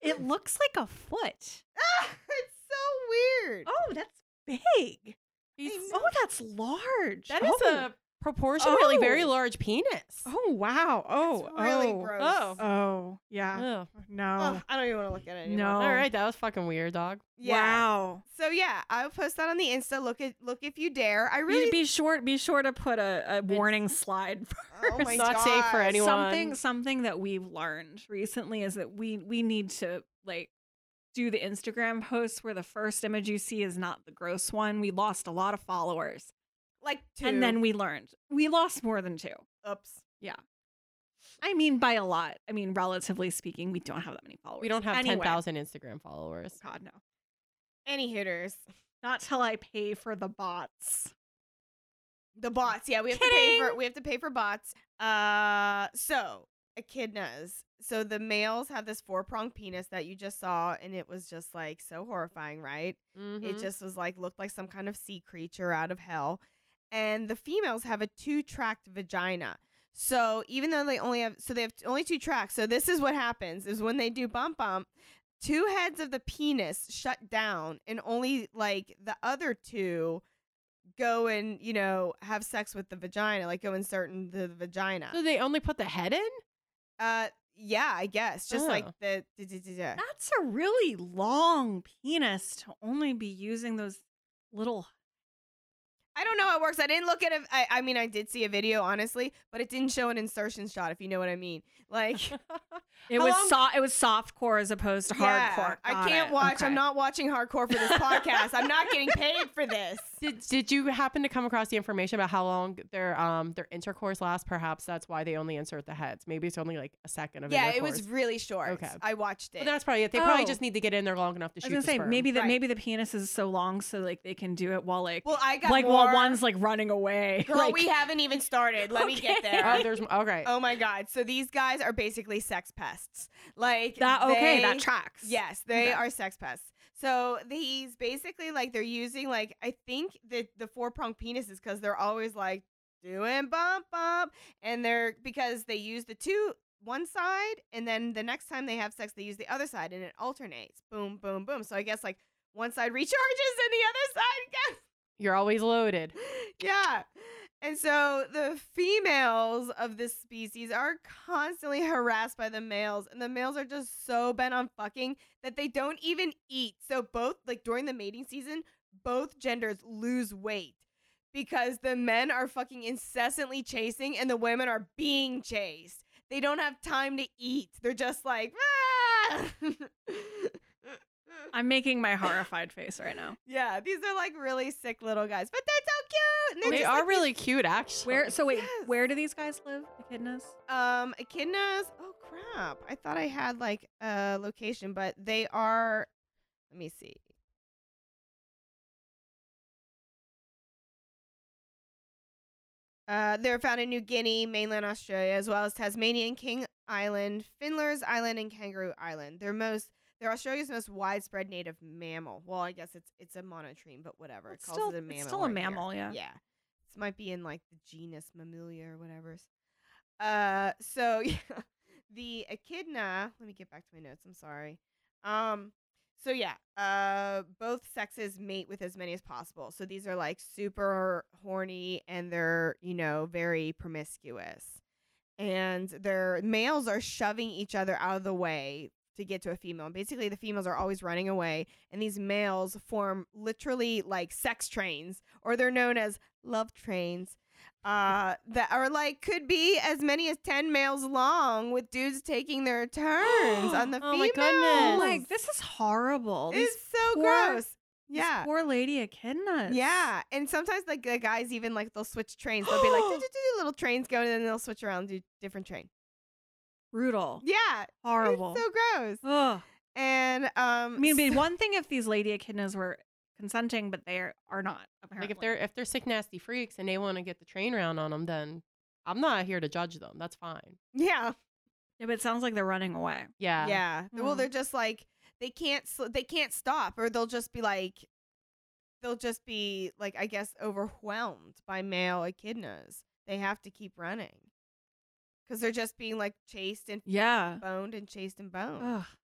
B: it (laughs) looks like a foot
C: (laughs) Ah, it's so weird.
B: oh that's big
A: He's-
B: oh that's large
A: that is
B: oh.
A: a proportionally very
B: Oh.
A: large penis.
B: oh wow oh
C: it's really
B: oh
C: gross.
A: Oh.
B: oh yeah
A: Ugh.
B: no
C: Ugh, I don't even want to look at it anymore.
B: No.
A: All right, that was fucking weird, dog.
C: Yeah.
B: wow
C: So yeah, I'll post that on the Insta. Look at look if you dare. I
B: be,
C: really.
B: be sure be sure to put a, a warning slide
C: oh my
A: not safe for
C: gosh.
A: anyone.
B: Something something that we've learned recently is that we we need to like do the Instagram posts where the first image you see is not the gross one. We lost a lot of followers.
C: Like two.
B: And then we learned. We lost more than two.
C: oops.
B: I mean by a lot. I mean relatively speaking, we don't have that many followers.
A: We don't have
B: Anyway.
A: 10,000 Instagram followers.
B: God no.
C: Any hooters.
B: Not till I pay for the bots.
C: The bots. Yeah, we have to pay for
B: Kidding.
C: we have to pay for bots. Uh so echidnas. So the males have this four pronged penis that you just saw, and it was just like so horrifying, right? It
A: Mhm.
C: just was like looked like some kind of sea creature out of hell. And the females have a two tracked vagina. So even though they only have so they have only two tracks. So this is what happens is when they do bump bump, two heads of the penis shut down and only like the other two go and, you know, have sex with the vagina, like go insert into the vagina.
A: So they only put the head in?
C: Uh yeah, I guess. Just like
A: Oh.
C: the d- d- d- d-
B: That's a really long penis to only be using those little
C: I don't know how it works. I didn't look at it. I I mean, I did see a video, honestly, but it didn't show an insertion shot, if you know what I mean. Like,
B: It
C: How
B: was
C: long-
B: so- it was soft core as opposed to
C: yeah,
B: hardcore.
C: I
B: Got
C: can't
B: it.
C: watch.
B: Okay.
C: I'm not watching hardcore for this podcast. I'm not getting paid for this.
A: Did, did you happen to come across the information about how long their um their intercourse lasts? Perhaps that's why they only insert the heads. Maybe it's only like a second of
C: Yeah, it
A: intercourse.
C: was really short.
A: Okay.
C: I watched it.
A: Well, that's probably it. They probably
B: Oh.
A: just need to get in there long enough to shoot.
B: I was gonna
A: the
B: say
A: sperm.
B: maybe that
C: Right.
B: maybe the penis is so long so like they can do it while like
C: well, I got
B: like
C: more.
B: while
C: are-
D: the ones like running away.
C: Girl,
D: like,
C: we haven't even started. Let me get
D: Okay.
C: there.
A: (laughs) Oh, there's okay.
C: Oh my god. So these guys are basically sex pests. Like
B: That okay,
C: they-
B: that tracks.
C: Yes, they
B: Okay.
C: are sex pests. So these basically like they're using like I think the the four pronged penises because they're always like doing bump bump and they're because they use the two one side and then the next time they have sex they use the other side and it alternates boom boom boom so I guess like one side recharges and the other side gets
A: You're always loaded.
C: (laughs) yeah. And so the females of this species are constantly harassed by the males, and the males are just so bent on fucking that they don't even eat. So both like during the mating season, both genders lose weight because the men are fucking incessantly chasing and the women are being chased. They don't have time to eat. They're just like (laughs) "Ah!"
B: I'm making my horrified face right
C: (laughs)
B: now.
C: Yeah, these are like really sick little guys, but they're so cute. And they're
A: They
C: just, like,
A: are really cute, actually.
B: Where so wait,
C: Yes.
B: where do these guys live? Echidnas?
C: Um, echidnas. Oh crap! I thought I had like a location, but they are. Let me see. Uh, they're found in New Guinea, mainland Australia, as well as Tasmania and King Island, Fiddler's Island, and Kangaroo Island. They're most they're Australia's most widespread native mammal. Well, I guess it's it's a monotreme, but whatever.
B: It's
C: it calls
B: still-
C: it a
B: it's
C: mammal.
B: still
C: right
B: a
C: here.
B: mammal, yeah.
C: Yeah. This might be in like the genus Mammalia or whatever. Uh, so (laughs) yeah, the echidna. Let me get back to my notes. I'm sorry. Um, so yeah, uh, both sexes mate with as many as possible. So these are like super horny and they're you know very promiscuous, and their males are shoving each other out of the way to get to a female. And basically, the females are always running away, and these males form literally like sex trains, or they're known as love trains uh, that are like could be as many as 10 males long with dudes taking their
A: (gasps)
C: turns on the
A: Oh
C: females.
A: my goodness.
B: Oh my,
A: Yes.
B: this is horrible. These,
C: It's so
B: poor-
C: gross.
B: these
C: Yeah.
B: poor lady echidnas.
C: Yeah. And sometimes like the guys even like they'll switch trains. They'll be like
B: (gasps)
C: do, do, do, little trains go and then they'll switch around and do different train.
B: Brutal.
C: Yeah.
B: Horrible.
C: It's so gross.
B: Ugh.
C: And um
B: I
C: (laughs)
B: mean, it'd be one thing if these lady echidnas were consenting, but they are- are not.
A: like
B: Apparently.
A: if they're if they're sick nasty freaks and they want to get the train round on them, then I'm not here to judge them. That's fine.
B: (laughs)
C: yeah.
B: yeah, but it sounds like they're running away.
A: Yeah.
C: Yeah. Well,
B: Mm.
C: they're just like they can't sl- they can't stop, or they'll just be like they'll just be like I guess overwhelmed by male echidnas. They have to keep running because they're just being like chased and
B: Yeah.
C: boned and chased and boned.
B: Ugh.
C: (laughs)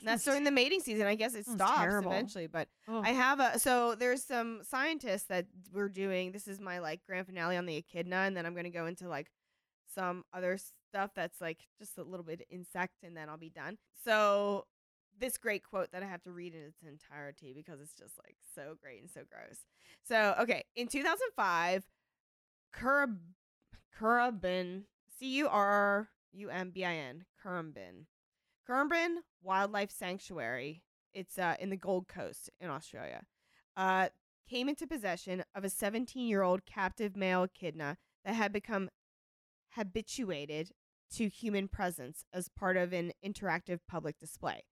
C: And That's during the mating season. I guess it
B: sounds
C: stops
B: terrible.
C: eventually, but
B: Ugh.
C: I have a so there's some scientists that were doing this is my like grand finale on the echidna and then I'm going to go into like some other stuff that's like just a little bit insect and then I'll be done. So this great quote that I have to read in its entirety because it's just like so great and so gross. So okay, in 2005 Curab Curabin C U R U M B I N Currumbin Currumbin Wildlife Sanctuary it's uh, in the Gold Coast in Australia, uh, came into possession of a 17 year old captive male echidna that had become habituated to human presence as part of an interactive public display.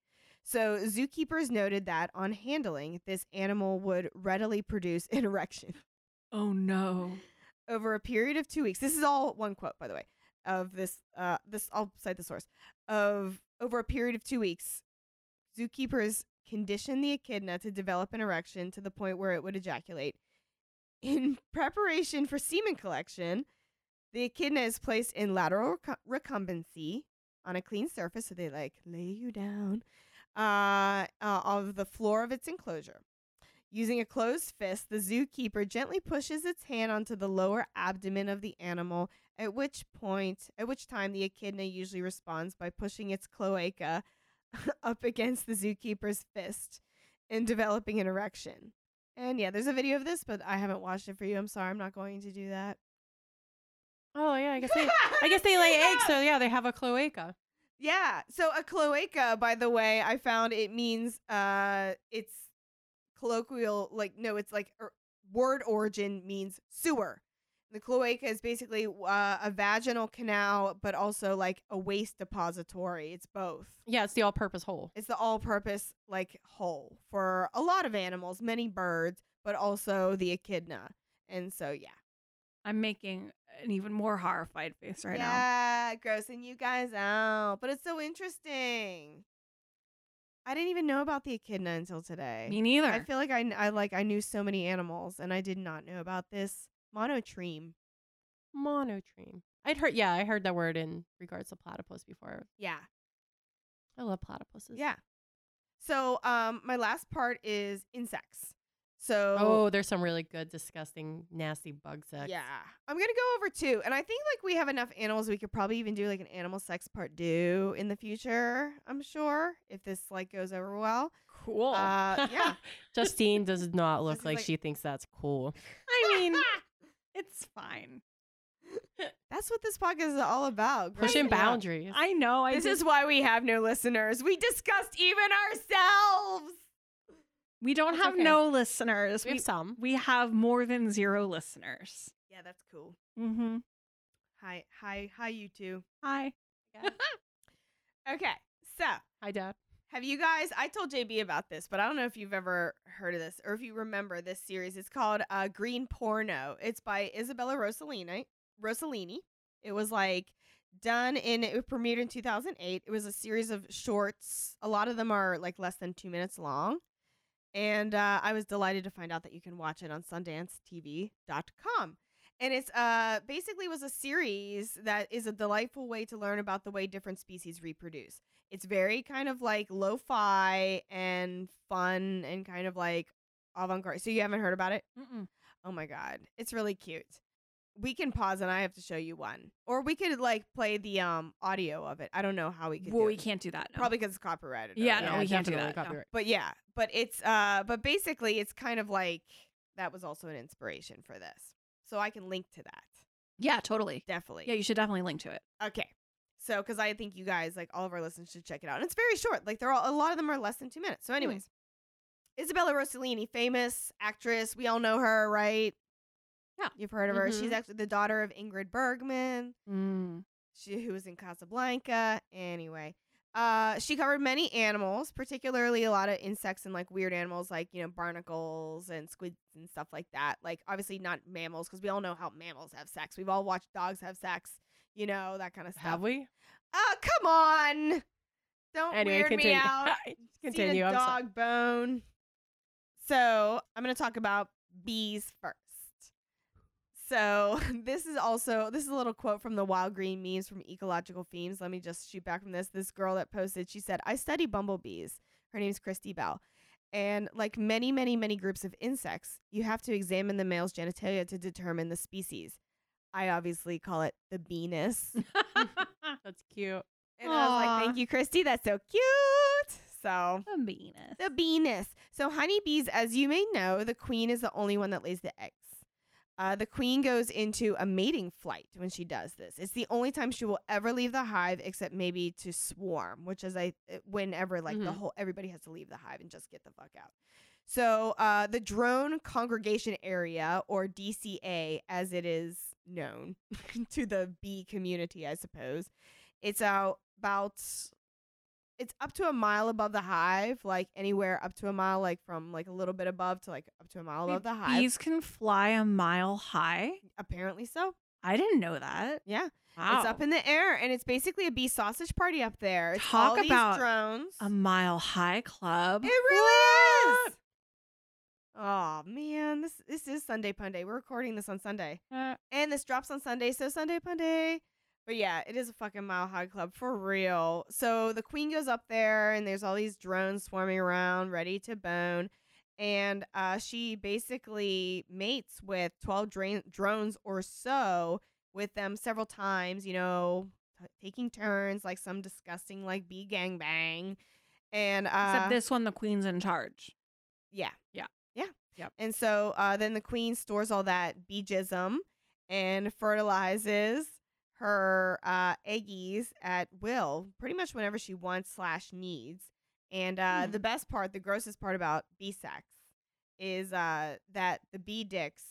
C: So, zookeepers noted that on handling, this animal would readily produce (laughs) an erection
B: oh no.
C: over a period of two weeks. This is all one quote, by the way, of this. Uh, this I'll cite the source of over a period of two weeks. Zookeepers conditioned the echidna to develop an erection to the point where it would ejaculate. In (laughs) preparation for semen collection, the echidna is placed in lateral recu- recumbency on a clean surface, so they like lay you down uh, uh, of the floor of its enclosure. Using a closed fist, the zookeeper gently pushes its hand onto the lower abdomen of the animal, at which point, at which time the echidna usually responds by pushing its cloaca (laughs) up against the zookeeper's fist and developing an erection. And yeah, there's a video of this, but I haven't watched it for you. I'm sorry, I'm not going to do that.
A: Oh yeah. I guess
C: (laughs)
A: they I guess they lay eggs, so yeah, they have a cloaca.
C: Yeah. So a cloaca, by the way, I found it means uh it's colloquial like no, it's like er, word origin means sewer. The cloaca is basically uh, a vaginal canal but also like a waste depository. It's both.
A: Yeah, it's the all-purpose hole.
C: It's the all-purpose like hole for a lot of animals, many birds, but also the echidna. And so yeah.
B: I'm making an even more horrified face right now.
C: yeah, grossing you guys out. But it's so interesting. I didn't even know about the echidna until today.
B: Me neither.
C: I feel like I, kn- I like I knew so many animals and I did not know about this monotreme.
A: Monotreme. I'd heard, yeah, I heard that word in regards to platypus before.
C: Yeah.
A: I love platypuses.
C: Yeah. So um my last part is insects. So
A: Oh, there's some really good, disgusting, nasty bug sex.
C: Yeah. I'm going to go over two. And I think like we have enough animals we could probably even do like an animal sex part do in the future, I'm sure, if this like goes over well.
B: cool.
C: Uh yeah.
A: (laughs) Justine does not look
C: Justine's
A: like,
C: like-
A: she thinks that's cool.
B: (laughs) I
C: (laughs)
B: mean, it's fine.
C: That's what this podcast is all about.
B: Push
A: Pushing
C: growing
B: know.
C: up.
A: boundaries.
B: I know. I
C: This
B: did-
C: is why we have no listeners. We discussed even ourselves.
B: we don't
A: It's
B: have
A: okay.
B: no listeners.
A: we
B: We
A: have some.
B: we have more than zero listeners.
C: Yeah, that's cool.
B: Mm-hmm.
C: Hi, hi, hi, you two.
B: Hi.
C: Okay, so
A: Hi, Dad.
C: have you guys? I told JB about this, but I don't know if you've ever heard of this or if you remember this series. It's called uh, Green Porno. It's by Isabella Rossellini. Rossellini. It was like done in it premiered in 2008. It was a series of shorts. A lot of them are like less than two minutes long. And uh, I was delighted to find out that you can watch it on SundanceTV.com. And it's uh, basically was a series that is a delightful way to learn about the way different species reproduce. It's very kind of like lo-fi and fun and kind of like avant-garde. So you haven't heard about it?
B: Mm-mm.
C: Oh my god, it's really cute. We can pause and I have to show you one, or we could like play the um audio of it. I don't know how we could.
B: Well,
C: do
B: we
C: it.
B: can't do that. no.
C: Probably because it's copyrighted. or
B: Yeah,
C: whatever.
B: no, we can't do
A: definitely
B: that, no.
A: copyright.
C: But yeah, but it's uh, but basically it's kind of like that was also an inspiration for this, so I can link to that
B: Yeah, totally.
C: definitely.
B: Yeah, you should definitely link to it.
C: Okay. So, because I think you guys, like all of our listeners, should check it out. And it's very short. Like, they're all, a lot of them are less than two minutes. So, anyways, Isabella Rossellini, famous actress. We all know her, right?
B: Yeah.
C: You've heard of her.
A: Mhm.
C: She's actually the daughter of Ingrid Bergman,
B: Mm.
C: she, who was in Casablanca. Anyway, uh, she covered many animals, particularly a lot of insects and like weird animals, like, you know, barnacles and squids and stuff like that. Like, obviously, not mammals, because we all know how mammals have sex. We've all watched dogs have sex. You know that kind of stuff.
A: Have we?
C: Oh, come on. Don't
A: Anyway,
C: weird
A: (laughs) continue.
C: me out.
A: continue.
C: Seen a
A: I'm sorry.
C: dog bone. So I'm gonna talk about bees first. So (laughs) this is also this is a little quote from the Wild Green memes from Ecological Themes. Let me just shoot back from this. This girl that posted, she said, "I study bumblebees." Her name's Christy Bell. And like many, many, many groups of insects, you have to examine the male's genitalia to determine the species. I obviously call it (laughs) the beenus.
B: (laughs)
A: That's cute.
C: And I was
B: Aw.
C: like, thank you, Christy. That's so cute. So,
B: The meanest.
C: the beeness. So, honeybees, as you may know, the queen is the only one that lays the eggs. Uh, the queen goes into a mating flight when she does this. It's the only time she will ever leave the hive, except maybe to swarm, which is I whenever like the
A: Mhm.
C: whole everybody has to leave the hive and just get the fuck out. So uh, the drone congregation area, or DCA, as it is known to the bee community, I suppose, it's out about it's up to a mile above the hive, like anywhere up to a mile, like from like a little bit above to like up to a mile
B: Wait,
C: above the hive.
B: Bees can fly a mile high.
C: Apparently so.
B: I didn't know that.
C: Yeah,
B: Wow.
C: it's up in the air, and it's basically a bee sausage party up there. It's
B: Talk
C: all these
B: about
C: drones.
B: a mile high club.
C: It really is. Oh man, this this is Sunday Punday. We're recording this on Sunday,
B: Uh,
C: and this drops on Sunday, so Sunday Punday. But yeah, it is a fucking mile high club for real. So the queen goes up there, and there's all these drones swarming around, ready to bone. And uh, she basically mates with 12 dra- drones or so with them several times, you know, t- taking turns, like some disgusting, like bee gangbang. And uh,
B: Except this one, the queen's in charge.
C: yeah.
B: Yeah.
C: Yeah.
B: Yep.
C: And so uh, then the queen stores all that beejism and fertilizes her uh, eggies at will, pretty much whenever she wants slash needs. And uh,
B: Hmm.
C: the best part, the grossest part about bee sex is uh, that the bee dicks,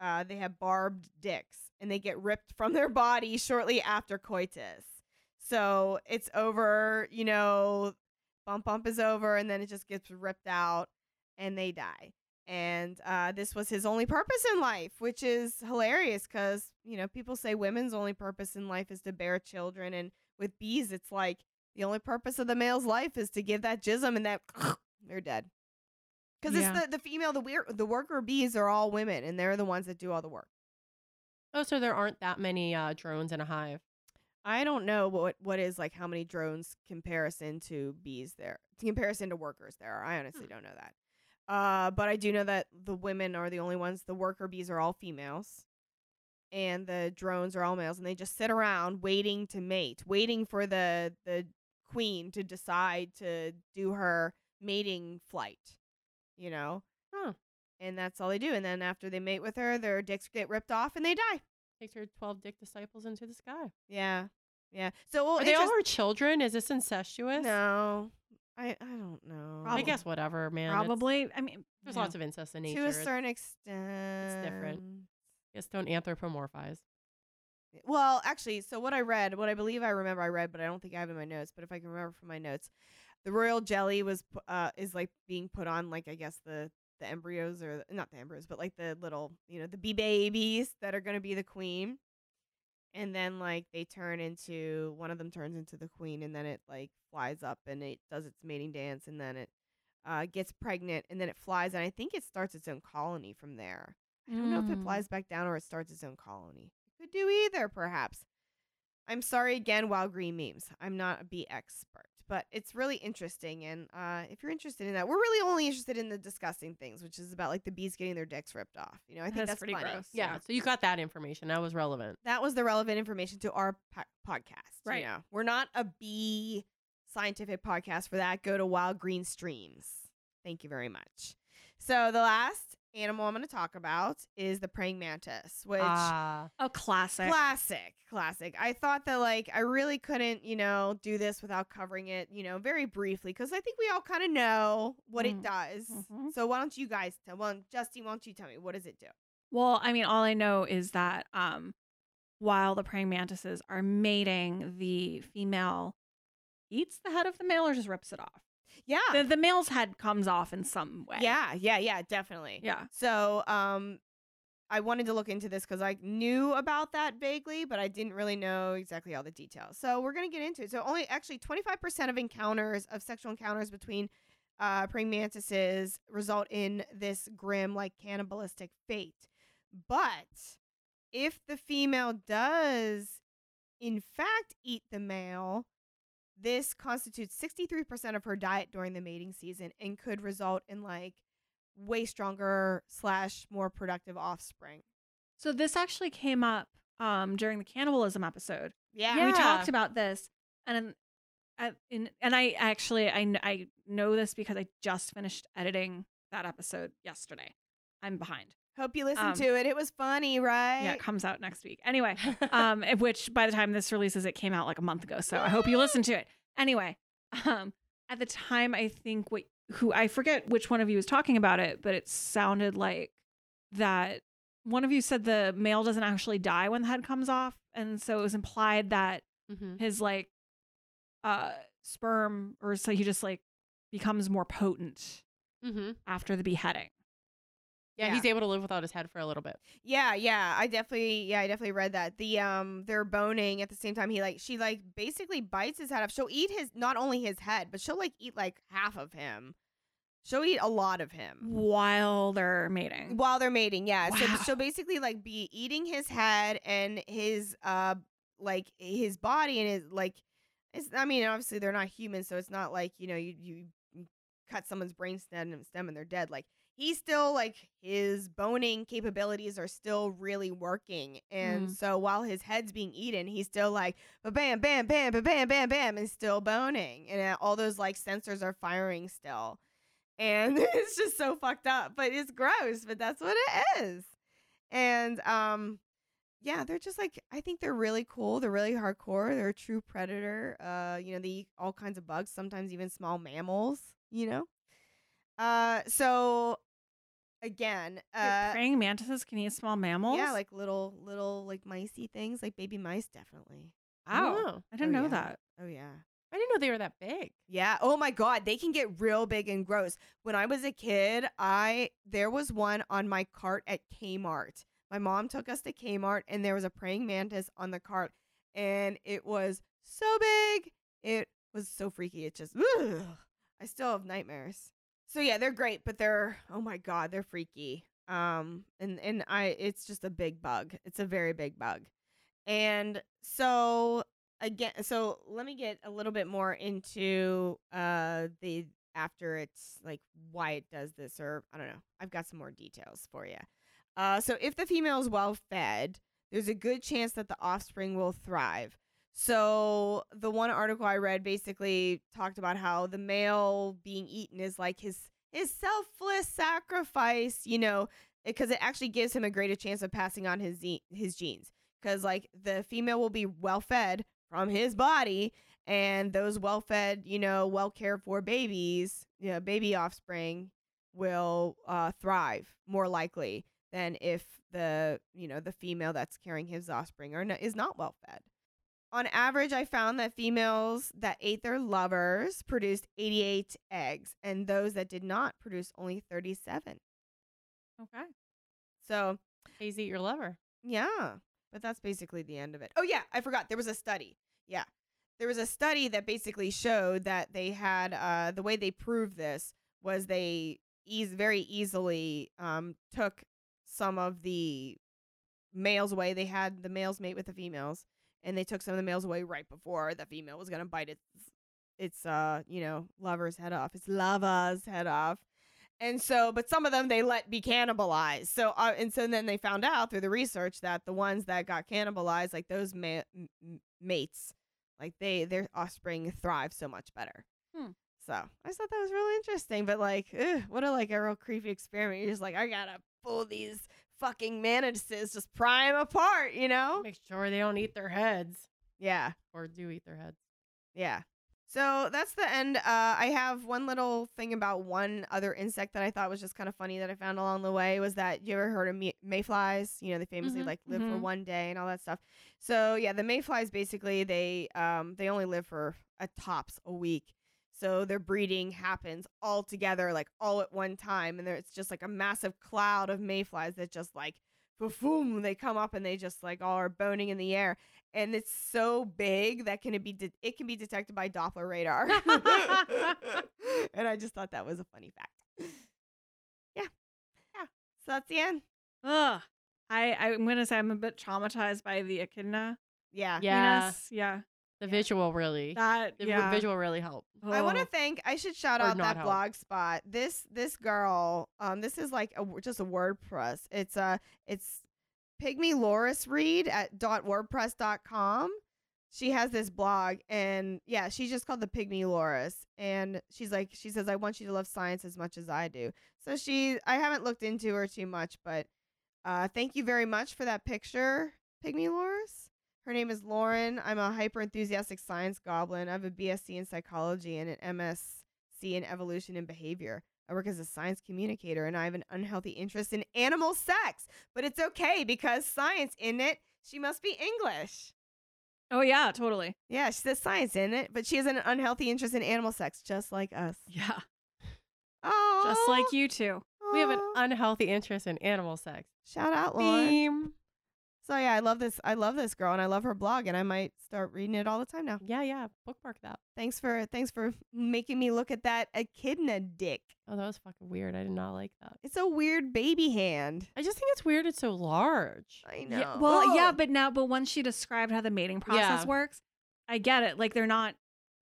C: uh, they have barbed dicks and they get ripped from their body shortly after coitus. So it's over, you know, bump bump is over and then it just gets ripped out and they die. And uh, this was his only purpose in life, which is hilarious because, you know, people say women's only purpose in life is to bear children. And with bees, it's like the only purpose of the male's life is to give that jism and that (clears throat) they're dead. Because
B: Yeah.
C: it's the, the female, the, weir- the worker bees are all women and they're the ones that do all the work.
A: Oh, so there aren't that many uh, drones in a hive.
C: I don't know what what is like how many drones comparison to bees there comparison to workers there are. I honestly
A: Hmm.
C: don't know that. Uh, but I do know that the women are the only ones. The worker bees are all females, and the drones are all males, and they just sit around waiting to mate, waiting for the the queen to decide to do her mating flight. You know.
A: Huh.
C: And that's all they do. And then after they mate with her, their dicks get ripped off and they die.
A: Takes her 12 dick disciples into the sky.
C: Yeah. Yeah. So well,
A: Are they all
C: interest-
A: her children? Is this incestuous?
C: No, I I don't know.
A: I guess whatever, man. It's-
B: Probably. I mean,
A: there's
B: yeah.
A: lots of incest in nature.
C: to a
A: It's-
C: certain extent,
A: Just don't anthropomorphize.
C: Well, actually, so what I read, what I believe I remember, I read, but I don't think I have in my notes. But if I can remember from my notes, the royal jelly was pu- uh is like being put on like I guess the the embryos or the, not the embryos, but like the little you know the bee babies that are gonna be the queen, and then like they turn into one of them turns into the queen, and then it like flies up and it does its mating dance, and then it uh gets pregnant, and then it flies, and I think it starts its own colony from there. I don't know if it
B: Mm.
C: flies back down or it starts its own colony. It could do either, perhaps. I'm sorry again, Wild Green Memes. I'm not a bee expert, but it's really interesting. And uh, if you're interested in that, we're really only interested in the disgusting things, which is about like the bees getting their dicks ripped off. You know, I think that's,
B: That's pretty
C: funny.
B: gross.
A: Yeah. So you got that information. That was relevant.
C: That was the relevant information to our po- podcast.
B: Right.
C: You know? We're not a bee scientific podcast for that. Go to Wild Green Streams. Thank you very much. So the last animal I'm going to talk about is the praying mantis, which
A: Ah. (laughs)
B: A classic.
C: classic classic i thought that like i really couldn't you know do this without covering it you know very briefly because i think we all kind of know what it
B: Mm.
C: does
B: Mhm.
C: so why don't you guys tell well justine why don't you tell me what does it do
B: Well, I mean, all I know is that um, while the praying mantises are mating, the female eats the head of the male or just rips it off.
C: yeah
B: The, the male's head comes off in some way.
C: Ah. yeah yeah yeah definitely
B: Yeah.
C: so um i wanted to look into this because i knew about that vaguely but i didn't really know exactly all the details so we're going to get into it so only actually 25% of encounters of sexual encounters between uh, praying mantises result in this grim, like cannibalistic fate. But if the female does, in fact, eat the male, this constitutes 63% of her diet during the mating season and could result in like way stronger slash more productive offspring.
B: So this actually came up um, during the cannibalism episode.
C: Yeah.
B: we
A: Yeah.
B: talked about this and I, in, and I actually I, kn- I know this because I just finished editing that episode yesterday. I'm behind.
C: Hope you listen
B: Um,
C: to it. It was funny, right?
B: Yeah, it comes out next week. Anyway,
A: Mm-hmm,
B: um, of which by the time this releases, it came out like a month ago. So I hope you listen to it. Anyway, um, at the time, I think what who I forget which one of you was talking about it, but it sounded like that one of you said the male doesn't actually die when the head comes off, and so it was implied that
A: Mhm.
B: his like uh sperm or so he just like becomes more potent
A: Mhm.
B: after the beheading.
A: Yeah, He's able to live without his head for a little bit.
C: Yeah, yeah, I definitely, yeah, I definitely read that. The um, they're boning at the same time. He like, she like basically bites his head off. She'll eat his not only his head, but she'll like eat like half of him. She'll eat a lot of him
B: While they're mating.
C: while they're mating. Yeah,
B: Wow.
C: so she'll basically like be eating his head and his uh, like his body and his like. It's, I mean, obviously they're not human, so it's not like you know you you cut someone's brain stem and stem and they're dead. Like he's still like his boning capabilities are still really working. And
B: Mm.
C: so while his head's being eaten, he's still like ba bam bam bam ba bam bam bam and still boning. And uh, all those like sensors are firing still. And (laughs) it's just so fucked up, but it's gross, but that's what it is. And um yeah, they're just like I think they're really cool. They're really hardcore. They're a true predator. Uh, you know, they eat all kinds of bugs, sometimes even small mammals, you know? Uh so again,
B: Wait,
C: uh
B: praying mantises can eat small mammals.
C: yeah, like little little like micey things, like baby mice definitely.
B: wow,
A: Wow.
B: I didn't
C: Oh,
B: know
C: yeah.
B: that.
C: Oh yeah.
A: I didn't know they were that big.
C: Yeah. Oh my god, they can get real big and gross. When I was a kid, I there was one on my cart at Kmart. My mom took us to Kmart and there was a praying mantis on the cart and it was so big. It was so freaky. It just ugh. I still have nightmares. So yeah, they're great, but they're oh my god, they're freaky. Um and and I it's just a big bug. It's a very big bug. And so again so let me get a little bit more into uh the after it's like why it does this or i don't know i've got some more details for you uh so if the female is well fed there's a good chance that the offspring will thrive so the one article i read basically talked about how the male being eaten is like his his selfless sacrifice you know because it actually gives him a greater chance of passing on his ze- his genes because like the female will be well fed from his body and those well fed you know well cared for babies you know baby offspring will uh, thrive more likely than if the you know the female that's carrying his offspring or no, is not well fed on average i found that females that ate their lovers produced 88 eggs and those that did not produced only 37
B: Okay.
C: so
A: Please eat your lover.
C: Yeah. But that's basically the end of it. Oh, yeah. I forgot. There was a study. Yeah. There was a study that basically showed that they had uh, the way they proved this was they ease, very easily um, took some of the males away. They had the males mate with the females, and they took some of the males away right before the female was going to bite its, its uh, you know, lover's head off, its lover's head off. And so, but some of them they let be cannibalized. So, uh, and so then they found out through the research that the ones that got cannibalized, like those ma- m- m- mates, like they their offspring thrive so much better.
B: Hmm.
C: So I just thought that was really interesting. But like, ugh, what a like a real creepy experiment. You're just like, I gotta pull these fucking mantises, just pry them apart, you know?
A: Make sure they don't eat their heads
C: Yeah.
A: or do eat their heads.
C: Yeah. So that's the end. Uh, I have one little thing about one other insect that I thought was just kind of funny that I found along the way was that you ever heard of ma- mayflies? You know, they famously
A: Mhm,
C: like live for
B: mhm.
C: one day and all that stuff. So yeah, the mayflies basically they um, they only live for a tops a week. So their breeding happens all together, like all at one time, and there, it's just like a massive cloud of mayflies that just like, boom, they come up and they just like all are boning in the air and it's so big that can it be de- it can be detected by Doppler radar. (laughs) and I just thought that was a funny fact. Yeah, yeah. So that's the end.
B: Ugh. I I'm gonna say I'm a bit traumatized by the echidna.
C: Yeah.
A: Yeah.
B: Venus. Yeah.
A: The
C: Yeah.
A: visual really.
B: That.
A: The
B: yeah.
A: visual really helped.
C: I want
B: Oh.
C: (laughs) to thank. I should shout
A: Or
C: out
A: not
C: that
A: help.
C: blog spot. This this girl. Um, this is like a, w- just a WordPress. It's uh it's Pygmy Loris Reed at dot wordpress dot com. She has this blog, and yeah, she's just called the Pygmy Loris, and she's like she says, I want you to love science as much as I do. So she, I haven't looked into her too much, but uh, thank you very much for that picture, Pygmy Loris. Her name is Lauren. I'm a hyper enthusiastic science goblin. I have a BSc in psychology and an MSc in evolution and behavior. I work as a science communicator and I have an unhealthy interest in animal sex, but it's okay because science in it. She must be English.
B: Oh yeah, totally.
C: Yeah, she says science in it, but she has an unhealthy interest in animal sex, just like us.
B: Yeah.
C: Oh,
B: Just like you two.
A: We have an unhealthy interest in animal sex.
C: shout out, Lauren.
A: Beam.
C: So yeah, I love this. I love this girl, and I love her blog, and I might start reading it all the time now.
A: Yeah, yeah. Bookmark that.
C: Thanks for thanks for making me look at that echidna dick.
A: Oh, that was fucking weird. I did not like that.
C: It's a weird baby hand.
A: I just think it's weird it's so large.
C: I know.
B: Yeah, well, yeah,
C: Ugh.
B: but now, but once she described how the mating process
A: Yeah.
B: works, I get it. Like they're not.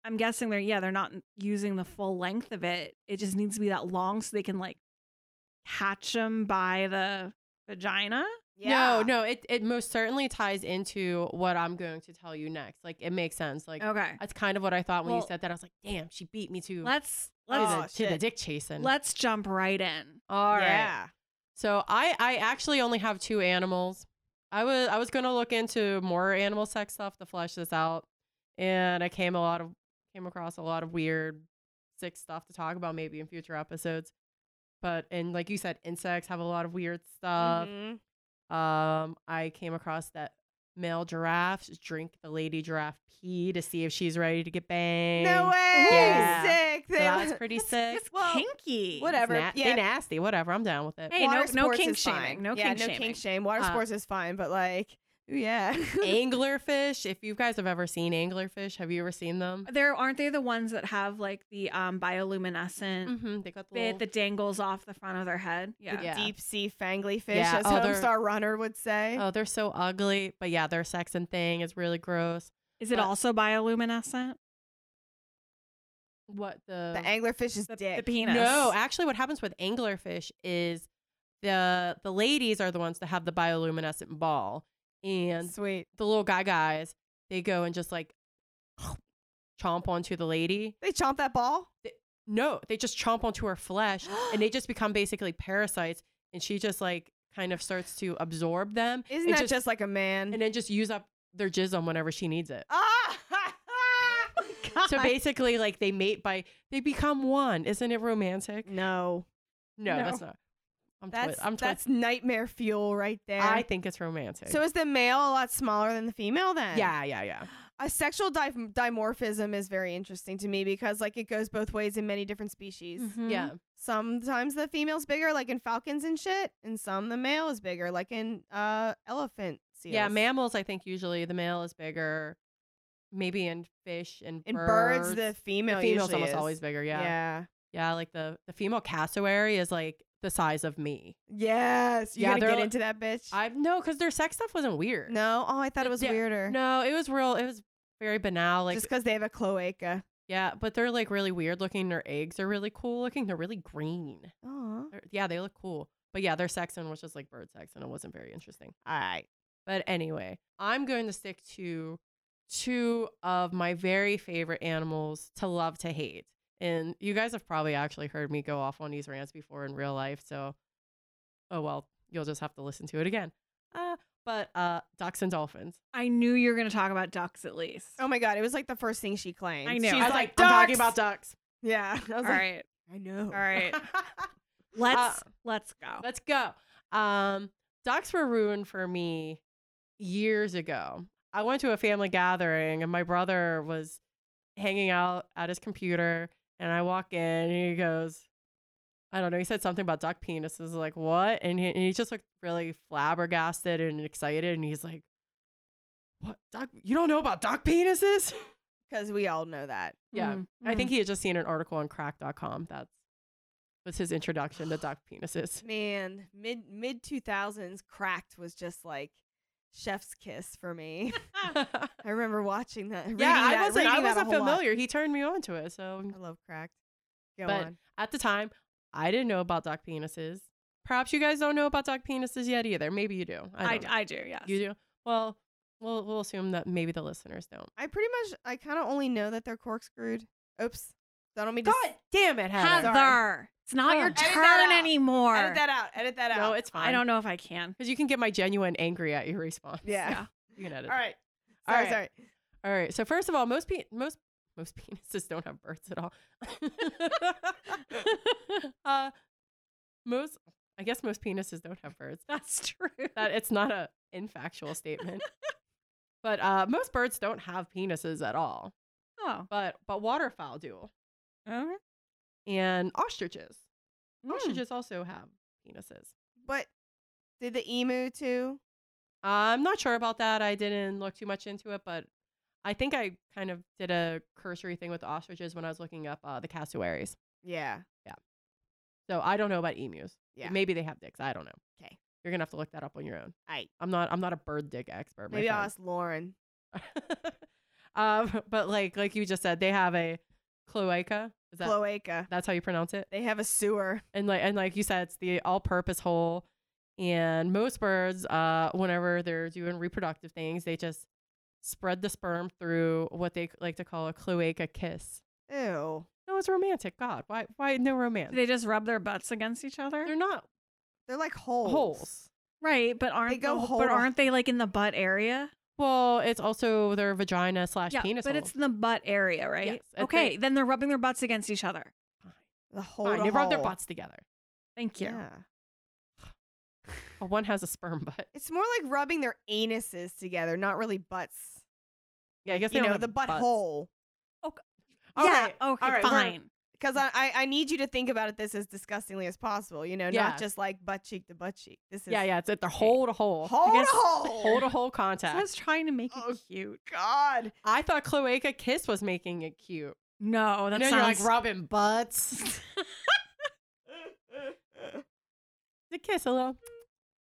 B: I'm guessing they're yeah they're not using the full length of it. It just needs to be that long so they can like catch them by the vagina.
A: No, no, it, it most certainly ties into what I'm going to tell you next. Like, it makes sense. Like,
B: Okay,
A: that's kind of what I thought when
B: Oh. Well-
A: you said that. I was like, damn, she beat me to,
B: let's
A: to,
B: let's
A: the, to the
C: shit.
A: dick chasing.
B: let's jump right in.
A: All right.
C: Yeah.
A: So I I actually only have two animals. I was I was gonna look into more animal sex stuff to flesh this out, and I came a lot of came across a lot of weird, sick stuff to talk about maybe in future episodes. But and like you said, insects have a lot of weird stuff.
C: Mhm.
A: Um, I came across that male giraffes drink the lady giraffe pee to see if she's ready to get banged.
C: No way.
A: Yeah.
C: Sick.
A: So
C: They (laughs)
A: that's pretty sick.
B: It's
C: Well,
B: kinky.
C: whatever.
A: Na-
C: Yeah.
A: They nasty. Whatever. I'm down with it.
B: Hey, no-
C: Water
B: no
C: sports
B: kink
C: is
B: shaming,
C: fine.
B: no
C: yeah,
B: kink
C: no
B: shaming.
C: kink shame. Water
A: Uh,
C: sports is fine, but like, ooh, yeah. (laughs)
A: (laughs) anglerfish. If you guys have ever seen anglerfish, have you ever seen them?
B: There aren't they the ones that have like the um bioluminescent
A: Mm-hmm. They got the
B: bit
A: little,
B: that dangles off the front of their head? Yeah.
A: Yeah.
C: Deep sea fangly fish,
A: Yeah,
C: as
A: oh, they're-
C: Homestar Runner would say.
A: oh, they're so ugly. But yeah, their sex and thing is really gross.
B: Is it
A: But-
B: also bioluminescent?
A: What
C: the anglerfish is
B: The,
C: dick.
B: the penis.
A: No, actually, what happens with anglerfish is the the ladies are the ones that have the bioluminescent ball, and
C: Sweet.
A: the little guy guys they go and just like (gasps) chomp onto the lady.
C: They chomp that ball.
A: No, they just chomp onto her flesh, and (gasps) they just become basically parasites, and she just like kind of starts to absorb them,
C: Isn't
A: and
C: that
A: just,
C: just, like a man? (laughs)
A: and then just use up their jism whenever she needs it.
C: ah!
A: So basically, like they mate by they become one. Isn't it romantic?
C: no,
A: No,
B: No.
A: that's not. I'm twi-
C: that's
A: I'm twi-
C: that's nightmare fuel right there.
A: I think it's romantic.
C: so is the male a lot smaller than the female then?
A: yeah, yeah, yeah.
C: A sexual di- dimorphism is very interesting to me because like it goes both ways in many different species.
B: Mhm.
A: Yeah.
C: Sometimes the female's bigger, like in falcons and shit, and some the male is bigger, like in uh elephant seals.
A: Yeah, mammals I think usually the male is bigger. Maybe in fish and
C: In
A: birds.
C: birds, the female
A: female's
C: usually
A: almost
C: is.
A: always bigger, yeah. yeah.
C: yeah.
A: like the the female cassowary is like the size of me.
C: Yes, you
A: Yeah,
C: gotta
A: they're
C: get
A: li-
C: into that bitch.
A: I no, because their sex stuff wasn't weird.
C: no, oh, I thought it was
A: Yeah,
C: weirder.
A: No, it was real it was very banal. Like
C: just because they have a cloaca.
A: yeah, but they're like really weird looking. Their eggs are really cool looking. They're really green.
C: Aw. All
A: They're- yeah, they look cool. But yeah, their sex one was just like bird sex and it wasn't very interesting.
C: right.
A: But anyway, I'm going to stick to two of my very favorite animals to love to hate. And you guys have probably actually heard me go off on these rants before in real life. So, oh well, you'll just have to listen to it again. Uh, but uh, ducks and dolphins.
B: I knew you were going to talk about ducks at least.
C: Oh my god, it was like the first thing she claimed.
B: I know.
C: She
B: I
C: was
A: I was
C: like,
A: like, I'm talking
C: "Ducks!"
A: about ducks.
C: Yeah. I was
B: All
C: like,
B: right.
C: I know.
B: All
A: (laughs)
B: right.
A: Uh,
B: Let's let's go.
A: Let's go. Um, ducks were ruined for me years ago. I went to a family gathering and my brother was hanging out at his computer and I walk in and he goes, I don't know, he said something about duck penises, like what? And he, and he just looked really flabbergasted and excited and he's like, What duck you don't know about duck penises?
C: Because we all know that.
A: Yeah.
B: Mm,
A: I
B: mm. (laughs)
A: think he had just seen an article on crack.com. That's was his introduction to duck penises.
C: (laughs) Man, mid mid two thousands cracked was just like chef's kiss for
A: (laughs)
C: me.
B: Ah,
C: I remember watching that. reading
A: yeah,
C: that-
A: I wasn't. I
C: reading that a
A: wasn't
C: whole lot.
A: familiar. He turned me on to it. So
C: I love cracked. Go
A: But-
C: on.
A: at the time, I didn't know about duck penises. Perhaps you guys don't know about duck penises yet either. Maybe you do. I,
B: I,
A: don't know.
B: I do, yes.
A: you do. Well, we'll we'll assume that maybe the listeners don't.
C: I pretty much I kind of only know that they're corkscrewed. Oops. I don't mean to s-
A: damn it,
C: Heather.
B: Heather, it's not
A: Oh.
B: your
A: Edit
C: that
B: turn
C: out.
B: anymore.
C: edit that out. Edit that out.
A: No, it's fine.
B: I don't know if I can.
A: because you can get my genuine angry at your response.
C: Yeah.
A: (laughs) you can edit.
C: All right.
A: All
C: Sorry,
A: right.
C: sorry.
A: All right. So first of all, most pe- most most (laughs) penises don't have
C: (laughs)
A: birds at all. (laughs) uh, most, I guess, most penises don't have birds.
B: (laughs) That's true.
A: (laughs) that it's not a infactual statement. but uh, most birds don't have penises at all.
B: oh.
A: But but waterfowl do,
B: Okay.
A: and ostriches.
C: Hmm.
B: Mm.
A: Ostriches also have penises.
C: But did the emu too?
A: I'm not sure about that. I didn't look too much into it, but I think I kind of did a cursory thing with ostriches when I was looking up uh, the cassowaries.
C: Yeah.
A: So I don't know about emus.
C: Yeah.
A: Maybe they have dicks. I don't know.
C: 'Kay.
A: You're gonna have to look that up on your own.
C: Aight.
A: I'm not. I'm not a bird dick expert. my
C: Maybe I'll
A: friend.
C: ask Lauren.
A: (laughs) um, but like like you just said, they have a cloaca. Is that
C: Cloaca.
A: that's how you pronounce it?
C: They have a sewer.
A: And like and like you said, it's the all-purpose hole. And most birds, uh, whenever they're doing reproductive things, they just spread the sperm through what they like to call a cloaca kiss.
C: Ew.
A: No, it's romantic. God, why why no romance?
B: Do they just rub their butts against each other?
A: They're not
C: They're like holes.
A: Holes.
B: right, but aren't
C: go
B: the-
C: hold
B: but
C: on-
B: aren't they like in the butt area?
A: well, it's also their vagina slash
B: yeah,
A: penis.
B: but
A: hole.
B: it's in the butt area, right?
A: Yes, it's
B: okay,
A: the-
B: then they're rubbing their butts against each other.
C: The hole.
A: fine.
C: to
A: They rub their
C: hole.
A: butts together.
B: Thank you.
C: Yeah.
A: Oh, one has a sperm butt.
C: It's more like rubbing their anuses together, not really butts.
A: Yeah, I guess they
C: You
A: don't
C: know,
A: have
C: the
A: butts.
C: butthole.
B: All
C: Yeah,
B: right. Okay.
C: all right, we're-
B: fine.
C: Because I, I, I need you to think about it this as disgustingly as possible, you know,
A: Yeah.
C: not just like butt cheek to butt cheek. This is
A: Yeah, yeah, it's at the hole to hole. I
C: Hole to
A: guess
C: hole. (laughs)
A: Hole to hole
B: So I
A: contact.
B: was trying to make it
C: Oh.
B: cute.
C: God.
A: (laughs) I thought cloaca kiss was making it cute.
B: No, that
A: you know,
B: sounds
A: you're like rubbing butts. (laughs) the kiss, a little,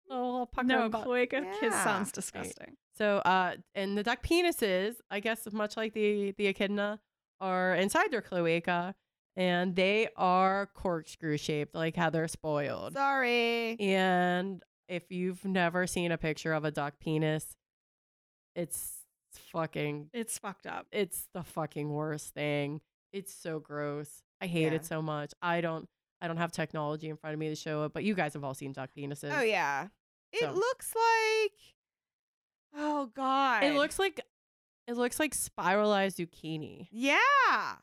A: a little, little pucker
B: no
A: and butt.
B: cloaca kiss
C: Yeah.
B: sounds disgusting.
A: So, uh, and the duck penises, I guess, much like the the echidna, are inside their cloaca, and they are corkscrew shaped, like how they're spoiled.
C: Sorry.
A: And if you've never seen a picture of a duck penis, it's fucking,
B: It's fucked up.
A: it's the fucking worst thing. It's so gross. I hate
C: Yeah.
A: it so much. I don't, I don't have technology in front of me to show it, but you guys have all seen duck penises.
C: Oh yeah. It
A: So-
C: looks like Oh god.
A: It looks like, it looks like spiralized zucchini.
C: Yeah.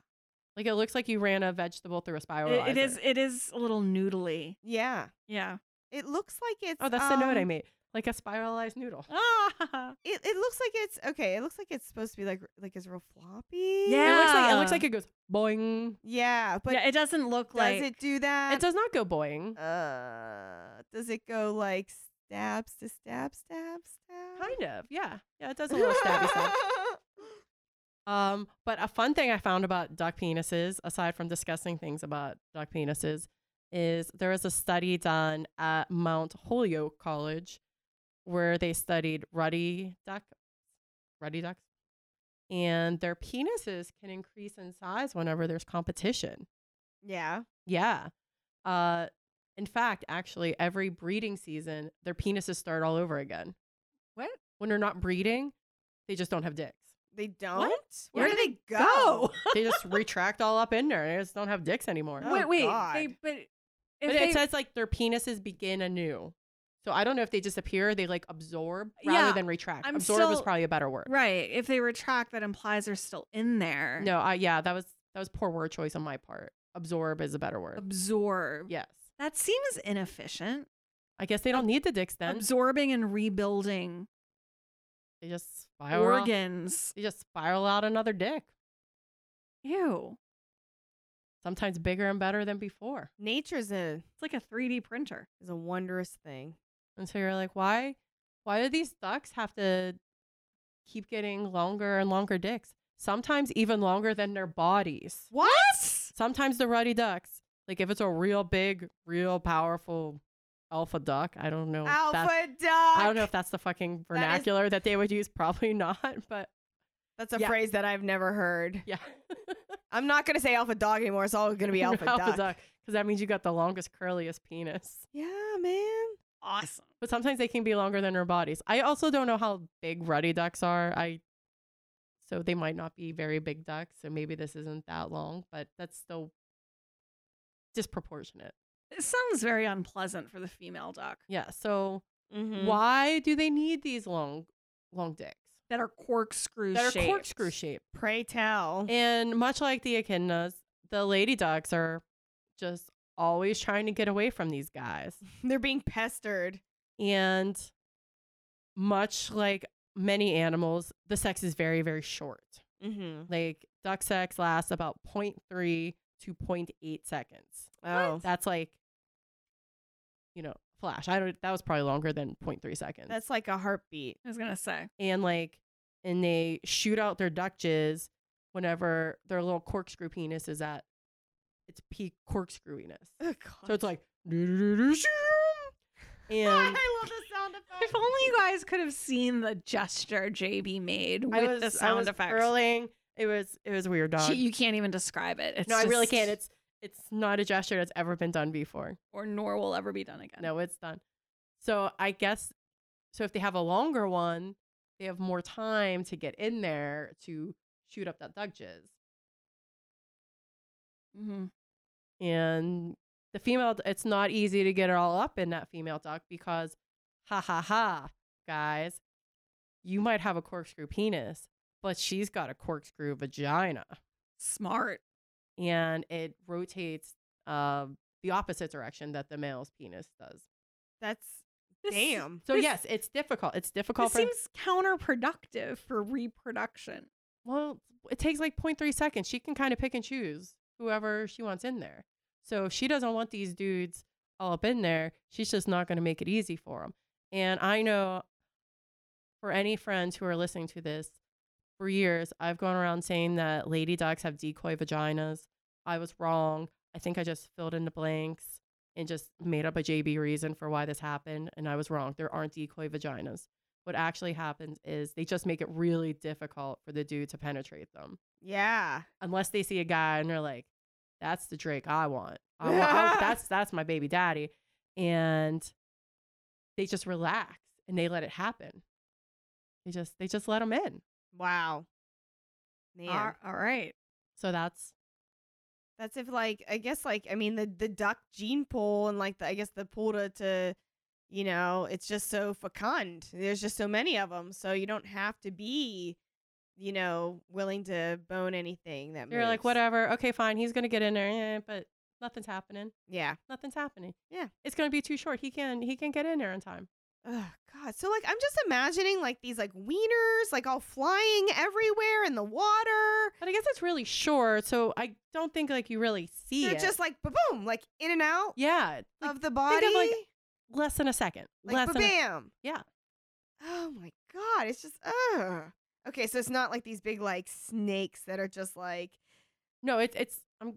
A: Like it looks like you ran a vegetable through a
B: It-
A: spiral.
B: it is. It is a little noodly.
C: Yeah. (laughs)
B: Yeah.
C: It looks like it's
A: Oh, that's the note I
C: um,
A: made. Like a spiralized noodle.
B: Ah.
C: It, it looks like it's okay, it looks like it's supposed to be like like it's real floppy.
B: Yeah.
A: It looks like it
B: Yeah.
A: looks like it goes boing.
C: Yeah, but
B: yeah, it doesn't look
C: does
B: like
C: it do that?
A: It does not go
C: Uh-huh.
A: boing.
C: uh does it go like stabs to stab stab stab? (laughs)
A: Kind of, yeah, yeah. It does a little stabby stuff. Um, but a fun thing I found about duck penises, aside from discussing things about duck penises, is there was a study done at Mount Holyoke College where they studied ruddy duck, ruddy ducks, and their penises can increase in size whenever there's competition.
C: yeah.
A: Yeah. Uh, in fact, actually, every breeding season, their penises start all over again.
B: What?
A: When they're not breeding, they just don't have dicks.
C: They don't? Oh? Where,
A: Where
C: do they, go?
B: (laughs)
A: They just retract all up in there. They just don't have dicks anymore.
C: Oh,
B: wait, wait. They,
C: God.
B: but
A: But
B: if
A: it
B: they,
A: says like their penises begin anew. So I don't know if they disappear, they like absorb rather
B: Yeah,
A: than retract.
B: I'm
A: absorb is
B: still-
A: probably a better word.
B: right, if they retract, that implies they're still in there.
A: No, I yeah, that was that was poor word choice on my part. Absorb is a better word.
B: absorb.
A: yes.
B: That seems inefficient.
A: I guess they don't need the dicks then.
B: Absorbing and rebuilding
A: they just spiral
B: organs.
A: they just spiral out another dick.
B: Ew,
A: sometimes bigger and better than before.
C: Nature's a
B: it's like a 3D printer.
C: is a wondrous thing.
A: And so you're like, why why do these ducks have to keep getting longer and longer dicks? Sometimes even longer than their bodies.
B: What?
A: Sometimes the ruddy ducks, like if it's a real big, real powerful alpha duck, I don't know. if
C: Alpha
A: Oh, that's-
C: duck.
A: I don't know if that's the fucking
C: is-
A: vernacular that, they would use. Probably (laughs) not, but
C: That's a
A: Yeah.
C: phrase that I've never heard.
A: yeah.
C: I'm not gonna say alpha dog anymore. It's all
A: (laughs)
C: gonna be alpha, duck.
A: Because that means you got the longest, curliest penis.
C: Yeah, man.
B: Awesome.
A: but sometimes they can be longer than their bodies. I also don't know how big ruddy ducks are. I so they might not be very big ducks, so maybe this isn't that long, but that's still disproportionate.
B: It sounds very unpleasant for the female duck
A: Yeah. So
C: Mm-hmm.
A: why do they need these long long dicks
B: that are corkscrew
A: that are
B: shaped.
A: corkscrew shaped?
C: Pray tell.
A: And much like the echidnas, the lady ducks are just always trying to get away from these guys.
C: (laughs) They're being pestered.
A: And much like many animals, the sex is very, very short.
C: Mm-hmm.
A: Like duck sex lasts about 0.3 to 0.8 seconds.
C: Oh,
A: That's like, you know, flash. I don't. That was probably longer than 0.3 seconds.
C: that's like a heartbeat.
B: I was gonna say.
A: and like, and they shoot out their duck jizz whenever their little corkscrew penis is at its peak corkscrewiness.
C: Oh,
A: So it's
C: God.
A: like, and
C: (laughs) I love the sound
B: If
C: effect.
B: only you guys could have seen the gesture JB made
A: (laughs)
B: with
A: I
B: the
A: was I
B: sound
A: was
B: effects.
A: curling. It was it was weird, dog.
B: She- you can't even describe it. It's
A: no, I really
B: just-
A: can't. It's it's not a gesture that's ever been done before.
B: or nor will ever be done again.
A: No, it's done. So I guess so if they have a longer one, they have more time to get in there to shoot up that duck jizz.
B: Mhm.
A: And the female it's not easy to get it all up in that female duck because ha ha ha, guys, you might have a corkscrew penis, but she's got a corkscrew vagina.
B: Smart.
A: And it rotates uh, the opposite direction that the male's penis does.
C: That's
B: This-
C: Damn.
A: So
B: This-
A: yes, it's difficult. It's difficult
B: This
A: for
B: seems counterproductive for reproduction.
A: well, it takes like 0.3 seconds. She can kind of pick and choose whoever she wants in there. So if she doesn't want these dudes all up in there, she's just not going to make it easy for them. And I know for any friends who are listening to this, for years I've gone around saying that lady ducks have decoy vaginas. I was wrong. I think I just filled in the blanks and just made up a JB reason for why this happened. And I was wrong. There aren't decoy vaginas what actually happens is they just make it really difficult for the dude to penetrate them
C: Yeah.
A: unless they see a guy and they're like that's the drake i want I
C: (laughs)
A: want I- that's that's my baby daddy and they just relax and they let it happen they just they just let them in
C: Wow. Man.
B: Ar- all right.
A: so that's
C: That's if like I guess like I mean the the duck gene pool and like the I guess the pool to, to you know it's just so fecund. There's just so many of them, so you don't have to be you know willing to bone anything that
A: you're like
C: moves.
A: whatever okay fine he's gonna get in there eh, but nothing's happening
C: Yeah.
A: nothing's happening
C: Yeah.
A: it's gonna be too short he can he can get in there in time
C: Oh God. So like I'm just imagining like these like wieners like all flying everywhere in the water.
A: but i guess it's really short so i don't think like you really see
C: They're
A: it
C: just like ba boom like in and out
A: yeah like,
C: of the body.
A: of, like, less than a second.
C: Like
A: less
C: ba
A: than a,
C: bam.
A: Yeah.
C: Oh my god, it's just uh Okay, so it's not like these big like snakes that are just like
A: no, it's it's I'm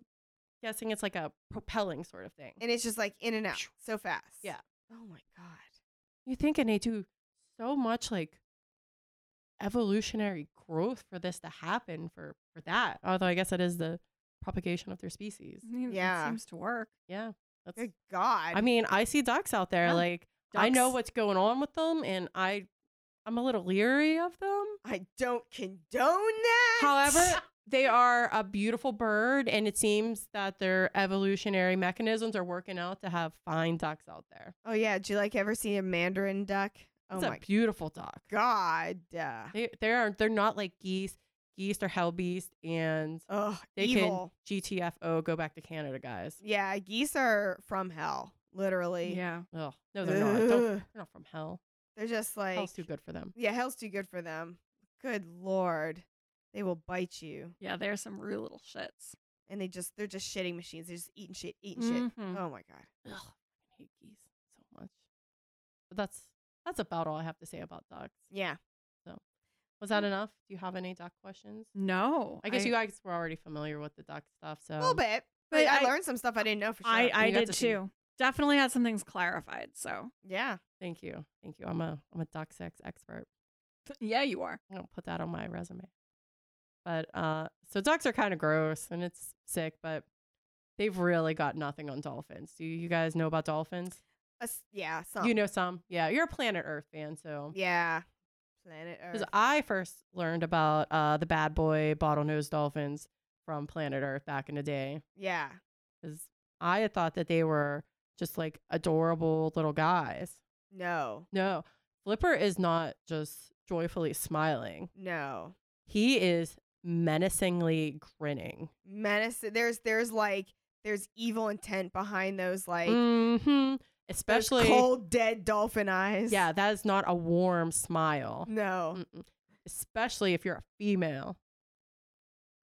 A: guessing it's like a propelling sort of thing.
C: and it's just like in and out so fast.
A: Yeah.
C: Oh my god.
A: you think and they do so much like evolutionary growth for this to happen for for that. Although I guess that is the propagation of their species.
B: I mean, it
C: Yeah.
B: seems to work.
A: Yeah. That's
C: Good god.
A: I mean, I see ducks out there
B: Yeah,
A: like I know
B: Ducks.
A: what's going on with them and I I'm a little leery of them.
C: I don't condone that.
A: However,
C: (laughs)
A: they are a beautiful bird, and it seems that their evolutionary mechanisms are working out to have fine ducks out there.
C: Oh yeah, did you like ever see a mandarin duck? Oh
A: It's
C: my
A: a beautiful duck.
C: god. Uh,
A: They they are they're not like geese. Geese are hell beast, and
C: Ugh,
A: they
C: evil.
A: can GTFO go back to Canada, guys.
C: Yeah, geese are from hell, literally.
B: Yeah.
A: Oh no, they're not. Don't-
C: Ugh.
A: they're not from hell.
C: They're just like
A: Hell's too good for them.
C: Yeah, hell's too good for them. Good lord. They will bite you.
B: Yeah, there's some real little shits.
C: And they just they're just shitting machines. They're just eating shit, eating
A: Mm-hmm.
C: shit.
B: Mhm.
C: Oh my god.
A: Ugh, I hate geese so much. But that's that's about all I have to say about ducks.
C: Yeah. Mm.
A: Was that enough? Do you have any duck questions?
B: No.
A: I guess you guys were already familiar with the duck stuff, so
C: A little bit. But,
B: But
C: I,
B: I-
C: learned some stuff I didn't know for sure.
B: I, I
A: You got
B: did
A: to
B: too.
A: see-
B: Definitely had some things clarified. So
C: yeah.
A: Thank you. Thank you. I'm a I'm a duck sex expert.
B: yeah, you are.
A: I'm gonna put that on my resume. But uh so ducks are kind of gross and it's sick, but they've really got nothing on dolphins. Do you guys know about dolphins?
C: A s- yeah, some.
A: You know some. Yeah, you're a planet Earth fan, so
C: Yeah. Planet Earth.
A: because I first learned about uh the bad boy bottlenose dolphins from Planet Earth back in the day.
C: yeah.
A: Because I had thought that they were just like adorable little guys.
C: No.
A: No, Flipper is not just joyfully smiling.
C: No.
A: He is menacingly grinning.
C: Menace there's there's like there's evil intent behind those like Mm-hmm. those
A: hmm Especially,
C: cold dead dolphin eyes.
A: yeah, Mm. that is not a warm smile.
C: No.
A: Mm-mm. Especially if you're a female,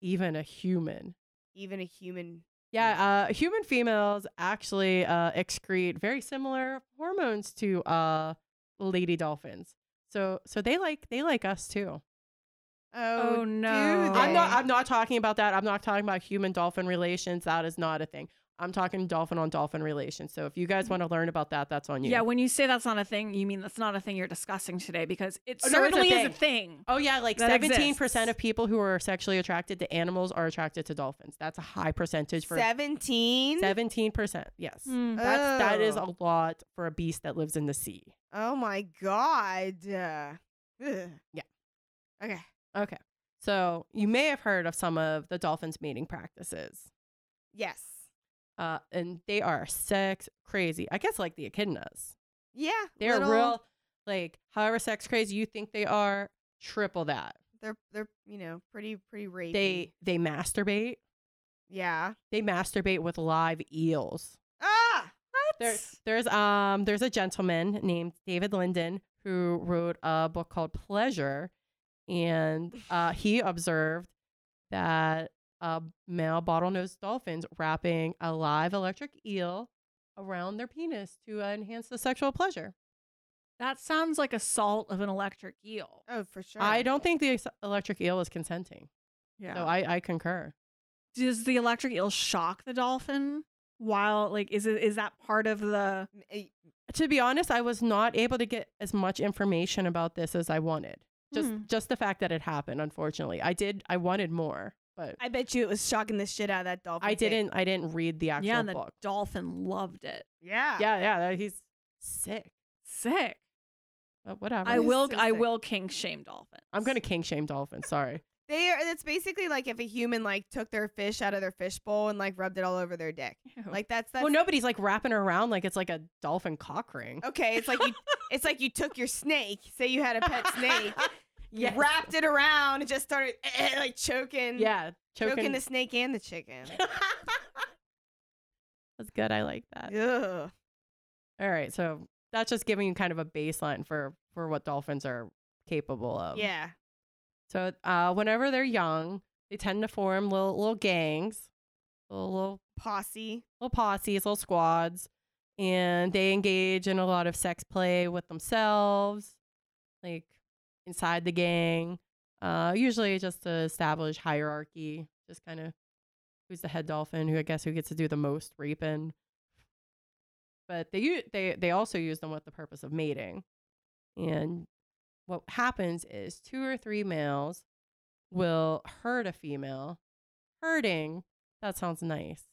A: even a
C: Mm.
A: human.
C: Even a human
A: Yeah, uh, human females actually uh, excrete very similar hormones to uh, lady dolphins. So, so they like they like us too.
C: Oh,
B: Oh, no.
A: I'm not.
C: they?
A: I'm not talking about that. I'm not talking about human dolphin relations. That is not a thing. I'm talking dolphin on dolphin relations. So if you guys want to learn about that, that's on you.
B: Yeah, when you say that's not a thing, you mean that's not a thing you're discussing today because it
A: Oh, no, it's a
B: certainly is a thing.
A: Oh yeah, like
B: That
A: seventeen percent
B: exists.
A: of people who are sexually attracted to animals are attracted to dolphins. That's a high percentage for
C: seventeen.
A: seventeen percent. Yes,
B: Hmm.
A: that's that is
B: Oh.
A: a lot for a beast that lives in the sea.
C: Oh my god. Uh, ugh.
A: Yeah.
C: Okay.
A: Okay, so you may have heard of some of the dolphins' mating practices,
C: Yes.
A: uh, and they are sex crazy. I guess like the echidnas.
C: Yeah.
A: They're
C: little-
A: real, like however sex crazy you think they are, triple that.
C: They're they're you know pretty pretty rapey.
A: They they masturbate.
C: Yeah.
A: They masturbate with live eels.
C: Ah.
A: What? There, there's um there's a gentleman named David Linden who wrote a book called Pleasure, (laughs) and uh, he observed that uh, male bottlenose dolphins wrapping a live electric eel around their penis to enhance the sexual pleasure.
B: That sounds like assault of an electric eel.
C: Oh, for sure.
A: I don't think the ex- electric eel is consenting,
B: Yeah.
A: so I, I concur.
B: Does the electric eel shock the dolphin? While like, is it is that part of the?
C: Eh,
A: To be honest, I was not able to get as much information about this as I wanted. Just
B: Hmm.
A: just the fact that it happened, unfortunately. I did I wanted more, but
C: I bet you it was shocking the shit out of that dolphin.
A: I
C: dick.
A: didn't I didn't read the actual
B: yeah, and the
A: book.
B: dolphin loved it.
C: Yeah.
A: Yeah, yeah, that- he's sick.
B: Sick.
A: But whatever.
B: I
A: I
C: That is
B: will.
C: so
B: I
C: sick.
B: will kink shame dolphins.
A: am gonna king shame dolphins. Sorry.
C: They are. It's basically like if a human like took their fish out of their fish bowl and like rubbed it all over their dick.
B: Ew.
C: Like that's that's
A: well, nobody's like wrapping her around like it's like a dolphin cock ring.
C: okay. It's like you. it's like you took your snake. Say you had a pet (laughs) snake.
A: Yes.
C: Wrapped it around and just started (laughs) eh, like choking.
A: Yeah,
C: Choking,
A: choking.
C: the snake and the (laughs) chicken.
A: That's good. I like that.
C: Ugh.
A: All right, so that's just giving you kind of a baseline for for what dolphins are capable of.
C: yeah.
A: So uh, whenever they're young, they tend to form little little gangs, little little,
C: Posse.
A: little posses, little squads, and they engage in a lot of sex play with themselves, like inside the gang. Uh, usually just to establish hierarchy, just kind of who's the head dolphin, who I guess who gets to do the most raping. But they u- they they also use them with the purpose of mating, and what happens is two or three males will hurt a female. Hurting that sounds nice.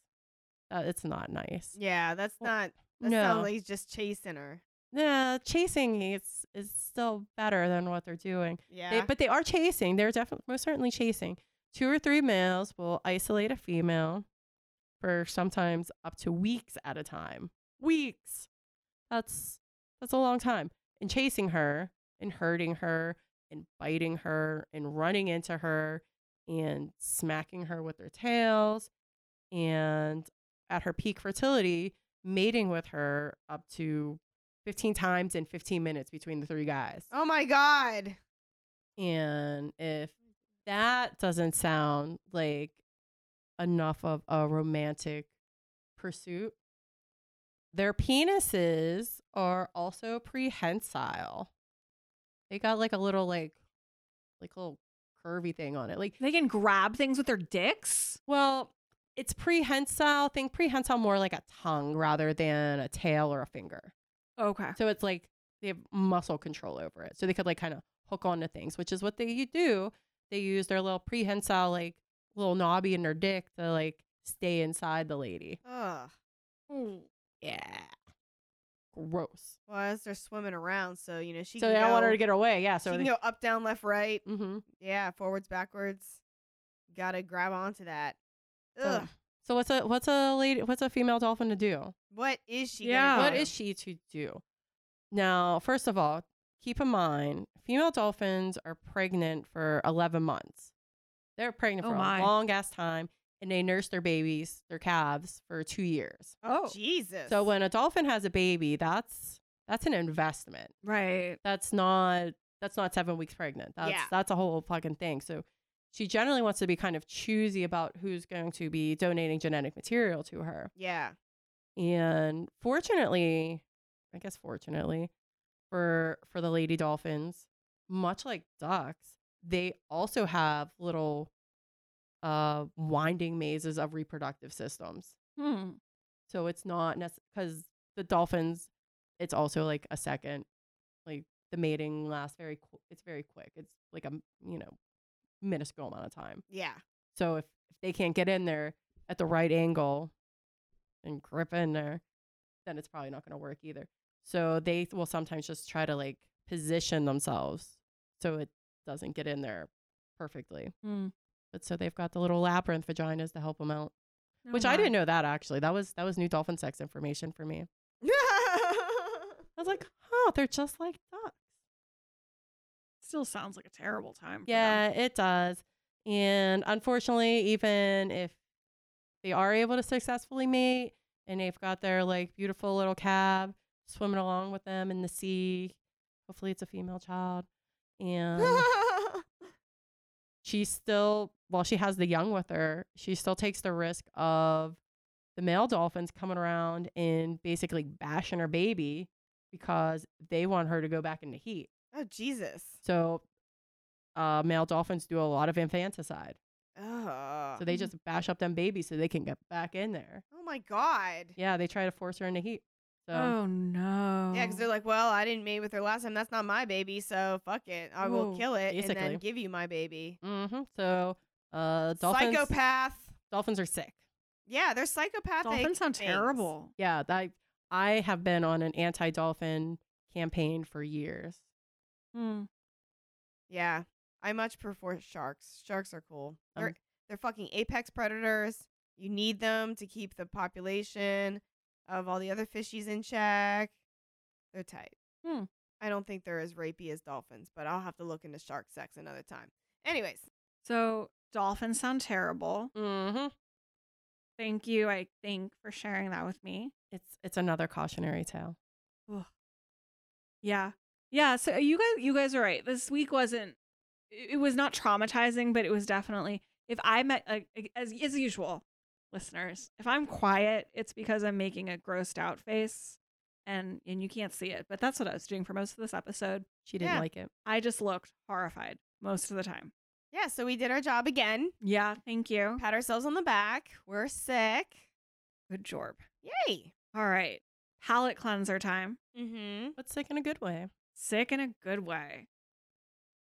A: Uh, it's not nice.
C: Yeah. That's
A: Well,
C: not. That
A: no.
C: sounds like he's just chasing her.
A: Yeah, chasing is is still better than what they're doing.
C: Yeah.
A: They, but they are chasing. They're definitely most certainly chasing. Two or three males will isolate a female for sometimes up to weeks at a time. Weeks. That's that's a long time. And chasing her and hurting her and biting her and running into her and smacking her with their tails and at her peak fertility mating with her up to 15 times in 15 minutes between the three guys.
C: oh my god.
A: And if that doesn't sound like enough of a romantic pursuit, their penises are also prehensile. They got like a little like like little curvy thing on it. Like
B: They can grab things with their dicks.
A: well, it's prehensile. Think prehensile more like a tongue rather than a tail or a finger.
B: Okay.
A: So it's like they have muscle control over it. So they could like kind of hook onto things, which is what they do. They use their little prehensile, like little knobby in their dick to like stay inside the lady.
C: Ugh.
A: Yeah. Gross.
C: Well, as they're swimming around, so you know she.
A: so
C: can
A: they don't want her
C: go-
A: to get away. Yeah.
C: she
A: So
C: can
A: they,
C: go up, down, left, right.
A: Mhm.
C: Yeah, forwards, backwards. Gotta grab onto that. Ugh.
A: Ugh. So what's a what's a lady what's a female dolphin to do?
C: What is she?
B: Yeah.
C: Gonna
A: What
C: do?
A: is she to do? Now, first of all, keep in mind female dolphins are pregnant for 11 months. They're pregnant
B: Oh
A: for
B: my.
A: a long ass time and they nurse their babies, their calves for 2 years.
B: Oh,
C: Jesus?
A: So when a dolphin has a baby, that's that's an investment.
B: right.
A: That's not that's not 7 weeks pregnant. That's
C: Yeah.
A: that's a whole fucking thing. So she generally wants to be kind of choosy about who's going to be donating genetic material to her.
C: Yeah.
A: And fortunately, I guess fortunately for for the lady dolphins, much like ducks, they also have little uh winding mazes of reproductive systems.
B: Hmm.
A: So it's not because the dolphins, it's also like a second, like the mating lasts very, qu- it's very quick. It's like a m- you know minuscule amount of time.
C: Yeah.
A: So if, if they can't get in there at the right angle and grip in there, then it's probably not going to work either. So they will sometimes just try to like position themselves so it doesn't get in there perfectly.
B: Hmm.
A: But so they've got the little labyrinth vaginas to help them out, which I didn't know that actually. That was that was new dolphin sex information for me. I was like, oh, they're just like ducks.
B: Still sounds like a terrible time. For them.
A: Yeah, it does. And unfortunately, even if they are able to successfully mate, and they've got their like beautiful little cab swimming along with them in the sea. Hopefully, it's a female child. And
B: (laughs)
A: she still, while she has the young with her, she still takes the risk of the male dolphins coming around and basically bashing her baby because they want her to go back into heat.
C: (laughs) oh Jesus.
A: So, uh, male dolphins do a lot of infanticide.
C: Ugh.
A: So they just bash up them babies so they can get back in there.
C: oh my God.
A: Yeah, they try to force her into heat. So
B: oh no.
C: Yeah, because they're like, well, I didn't mate with her last time. That's not my baby, so fuck it. I will
B: Ooh,
C: kill it and
A: basically.
C: then give you my baby.
A: Mm-hmm. So uh,
B: Mm,
A: dolphins,
C: Oh. Psychopath.
A: dolphins are sick.
C: Yeah, they're psychopathic.
B: dolphins sound
C: things.
B: terrible.
A: Yeah, that, I have been on an anti-dolphin campaign for years.
B: Mm.
C: Yeah, I much prefer sharks. Sharks are cool. They're
A: Um,
C: they're fucking apex predators. You need them to keep the population of all the other fishies in check. They're tight.
B: Hmm.
C: I don't think they're as rapey as dolphins, but I'll have to look into shark sex another time. Anyways,
B: So dolphins sound terrible.
A: Mm-hmm.
B: Thank you, I think, for sharing that with me.
A: It's it's another cautionary tale.
B: Yeah. Yeah. So uh, you guys you guys are right. This week wasn't it it was not traumatizing, but it was definitely if I met like, as as usual, listeners, if I'm quiet, it's because I'm making a grossed out face and and you can't see it. But that's what I was doing for most of this episode.
A: She didn't
C: Yeah.
A: like it.
B: I just looked horrified most of the time.
C: yeah, so we did our job again.
B: Yeah, thank you.
C: Pat ourselves on the back. We're sick.
B: Good job.
C: Yay.
B: All right. Palette cleanser time.
C: Mm-hmm.
A: But sick in a good way.
B: Sick in a good way.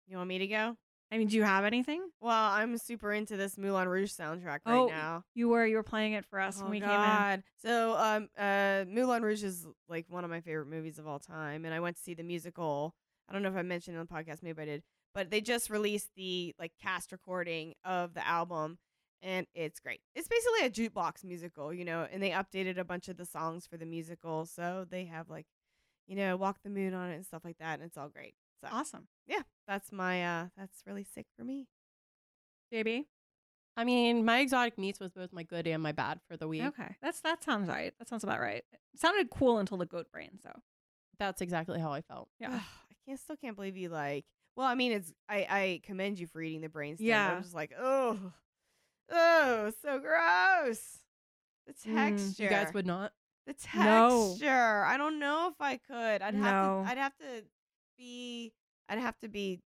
C: You want me to go?
B: I mean, do you have anything?
C: Well, I'm super into this Moulin Rouge soundtrack right
B: Oh,
C: now.
B: You were you were playing it for us
C: Oh
B: when we came in.
C: So um uh Moulin Rouge is like one of my favorite movies of all time and I went to see the musical. I don't know if I mentioned it on the podcast, maybe I did, but they just released the like cast recording of the album and it's great. It's basically a jukebox musical, you know, and they updated a bunch of the songs for the musical, so they have like, you know, Walk the Moon on it and stuff like that, and it's all great. So
B: Awesome.
C: yeah, that's my uh that's really sick for me.
B: JB?
A: I mean, my exotic meats was both my good and my bad for the week.
B: Okay, that's that sounds right. That sounds about right. It sounded cool until the goat brain. So
A: That's exactly how I felt.
B: yeah,
C: I can't still can't believe you like. Well, I mean, it's I I commend you for eating the brainstem. Yeah,
B: Yeah.
C: I'm just like, oh, oh, so gross. The
B: Mm,
C: texture.
A: You guys would not.
C: the
B: No.
C: texture. I don't know if I could. I'd
B: No.
C: have to. I'd have to be. I'd have to be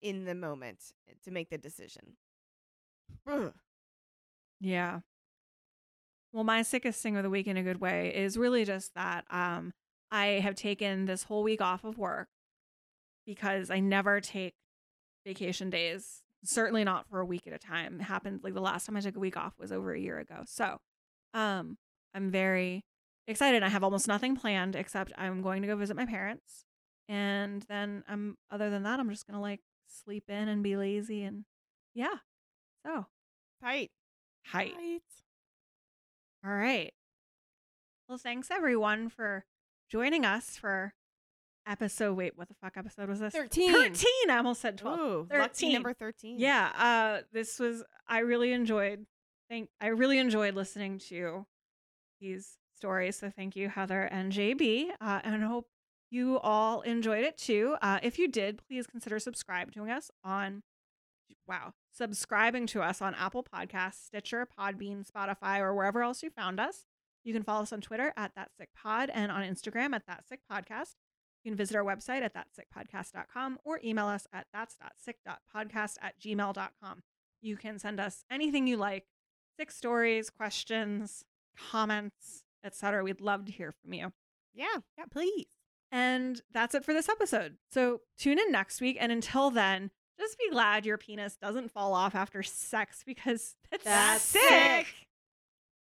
C: in the moment eh, to make the decision. Ugh.
B: yeah. Well, my sickest thing of the week in a good way is really just that um, I have taken this whole week off of work because I never take vacation days. Certainly not for a week at a time. It happened like the last time I took a week off was over a year ago. So um, I'm very excited. I have almost nothing planned except I'm going to go visit my parents. And then I'm other than that, I'm just gonna like sleep in and be lazy and yeah. So
C: Tight.
B: hi. All right. Well, thanks everyone for joining us for episode. Wait, what the fuck episode was this?
A: 13. (laughs)
B: 13. I almost said 12.
C: Ooh, lucky
B: 13.
C: number thirteen.
B: Yeah, uh this was I really enjoyed thank I really enjoyed listening to these stories. So thank you Heather and JB uh, and I hope you all enjoyed it too. Uh if you did, please consider subscribing to us on wow, subscribing to us on Apple Podcasts, Stitcher, Podbean, Spotify or wherever else you found us. You can follow us on Twitter at that sick pod and on Instagram at that sick podcast. You can visit our website at thatsickpodcast.com or email us at that's.sick.podcast at gmail.com. You can send us anything you like, sick stories, questions, comments, etc. We'd love to hear from you.
C: Yeah.
A: Yeah, please.
B: And that's it for this episode. So tune in next week. And until then, just be glad your penis doesn't fall off after sex because (laughs) that's,
A: That's
B: sick.
A: sick.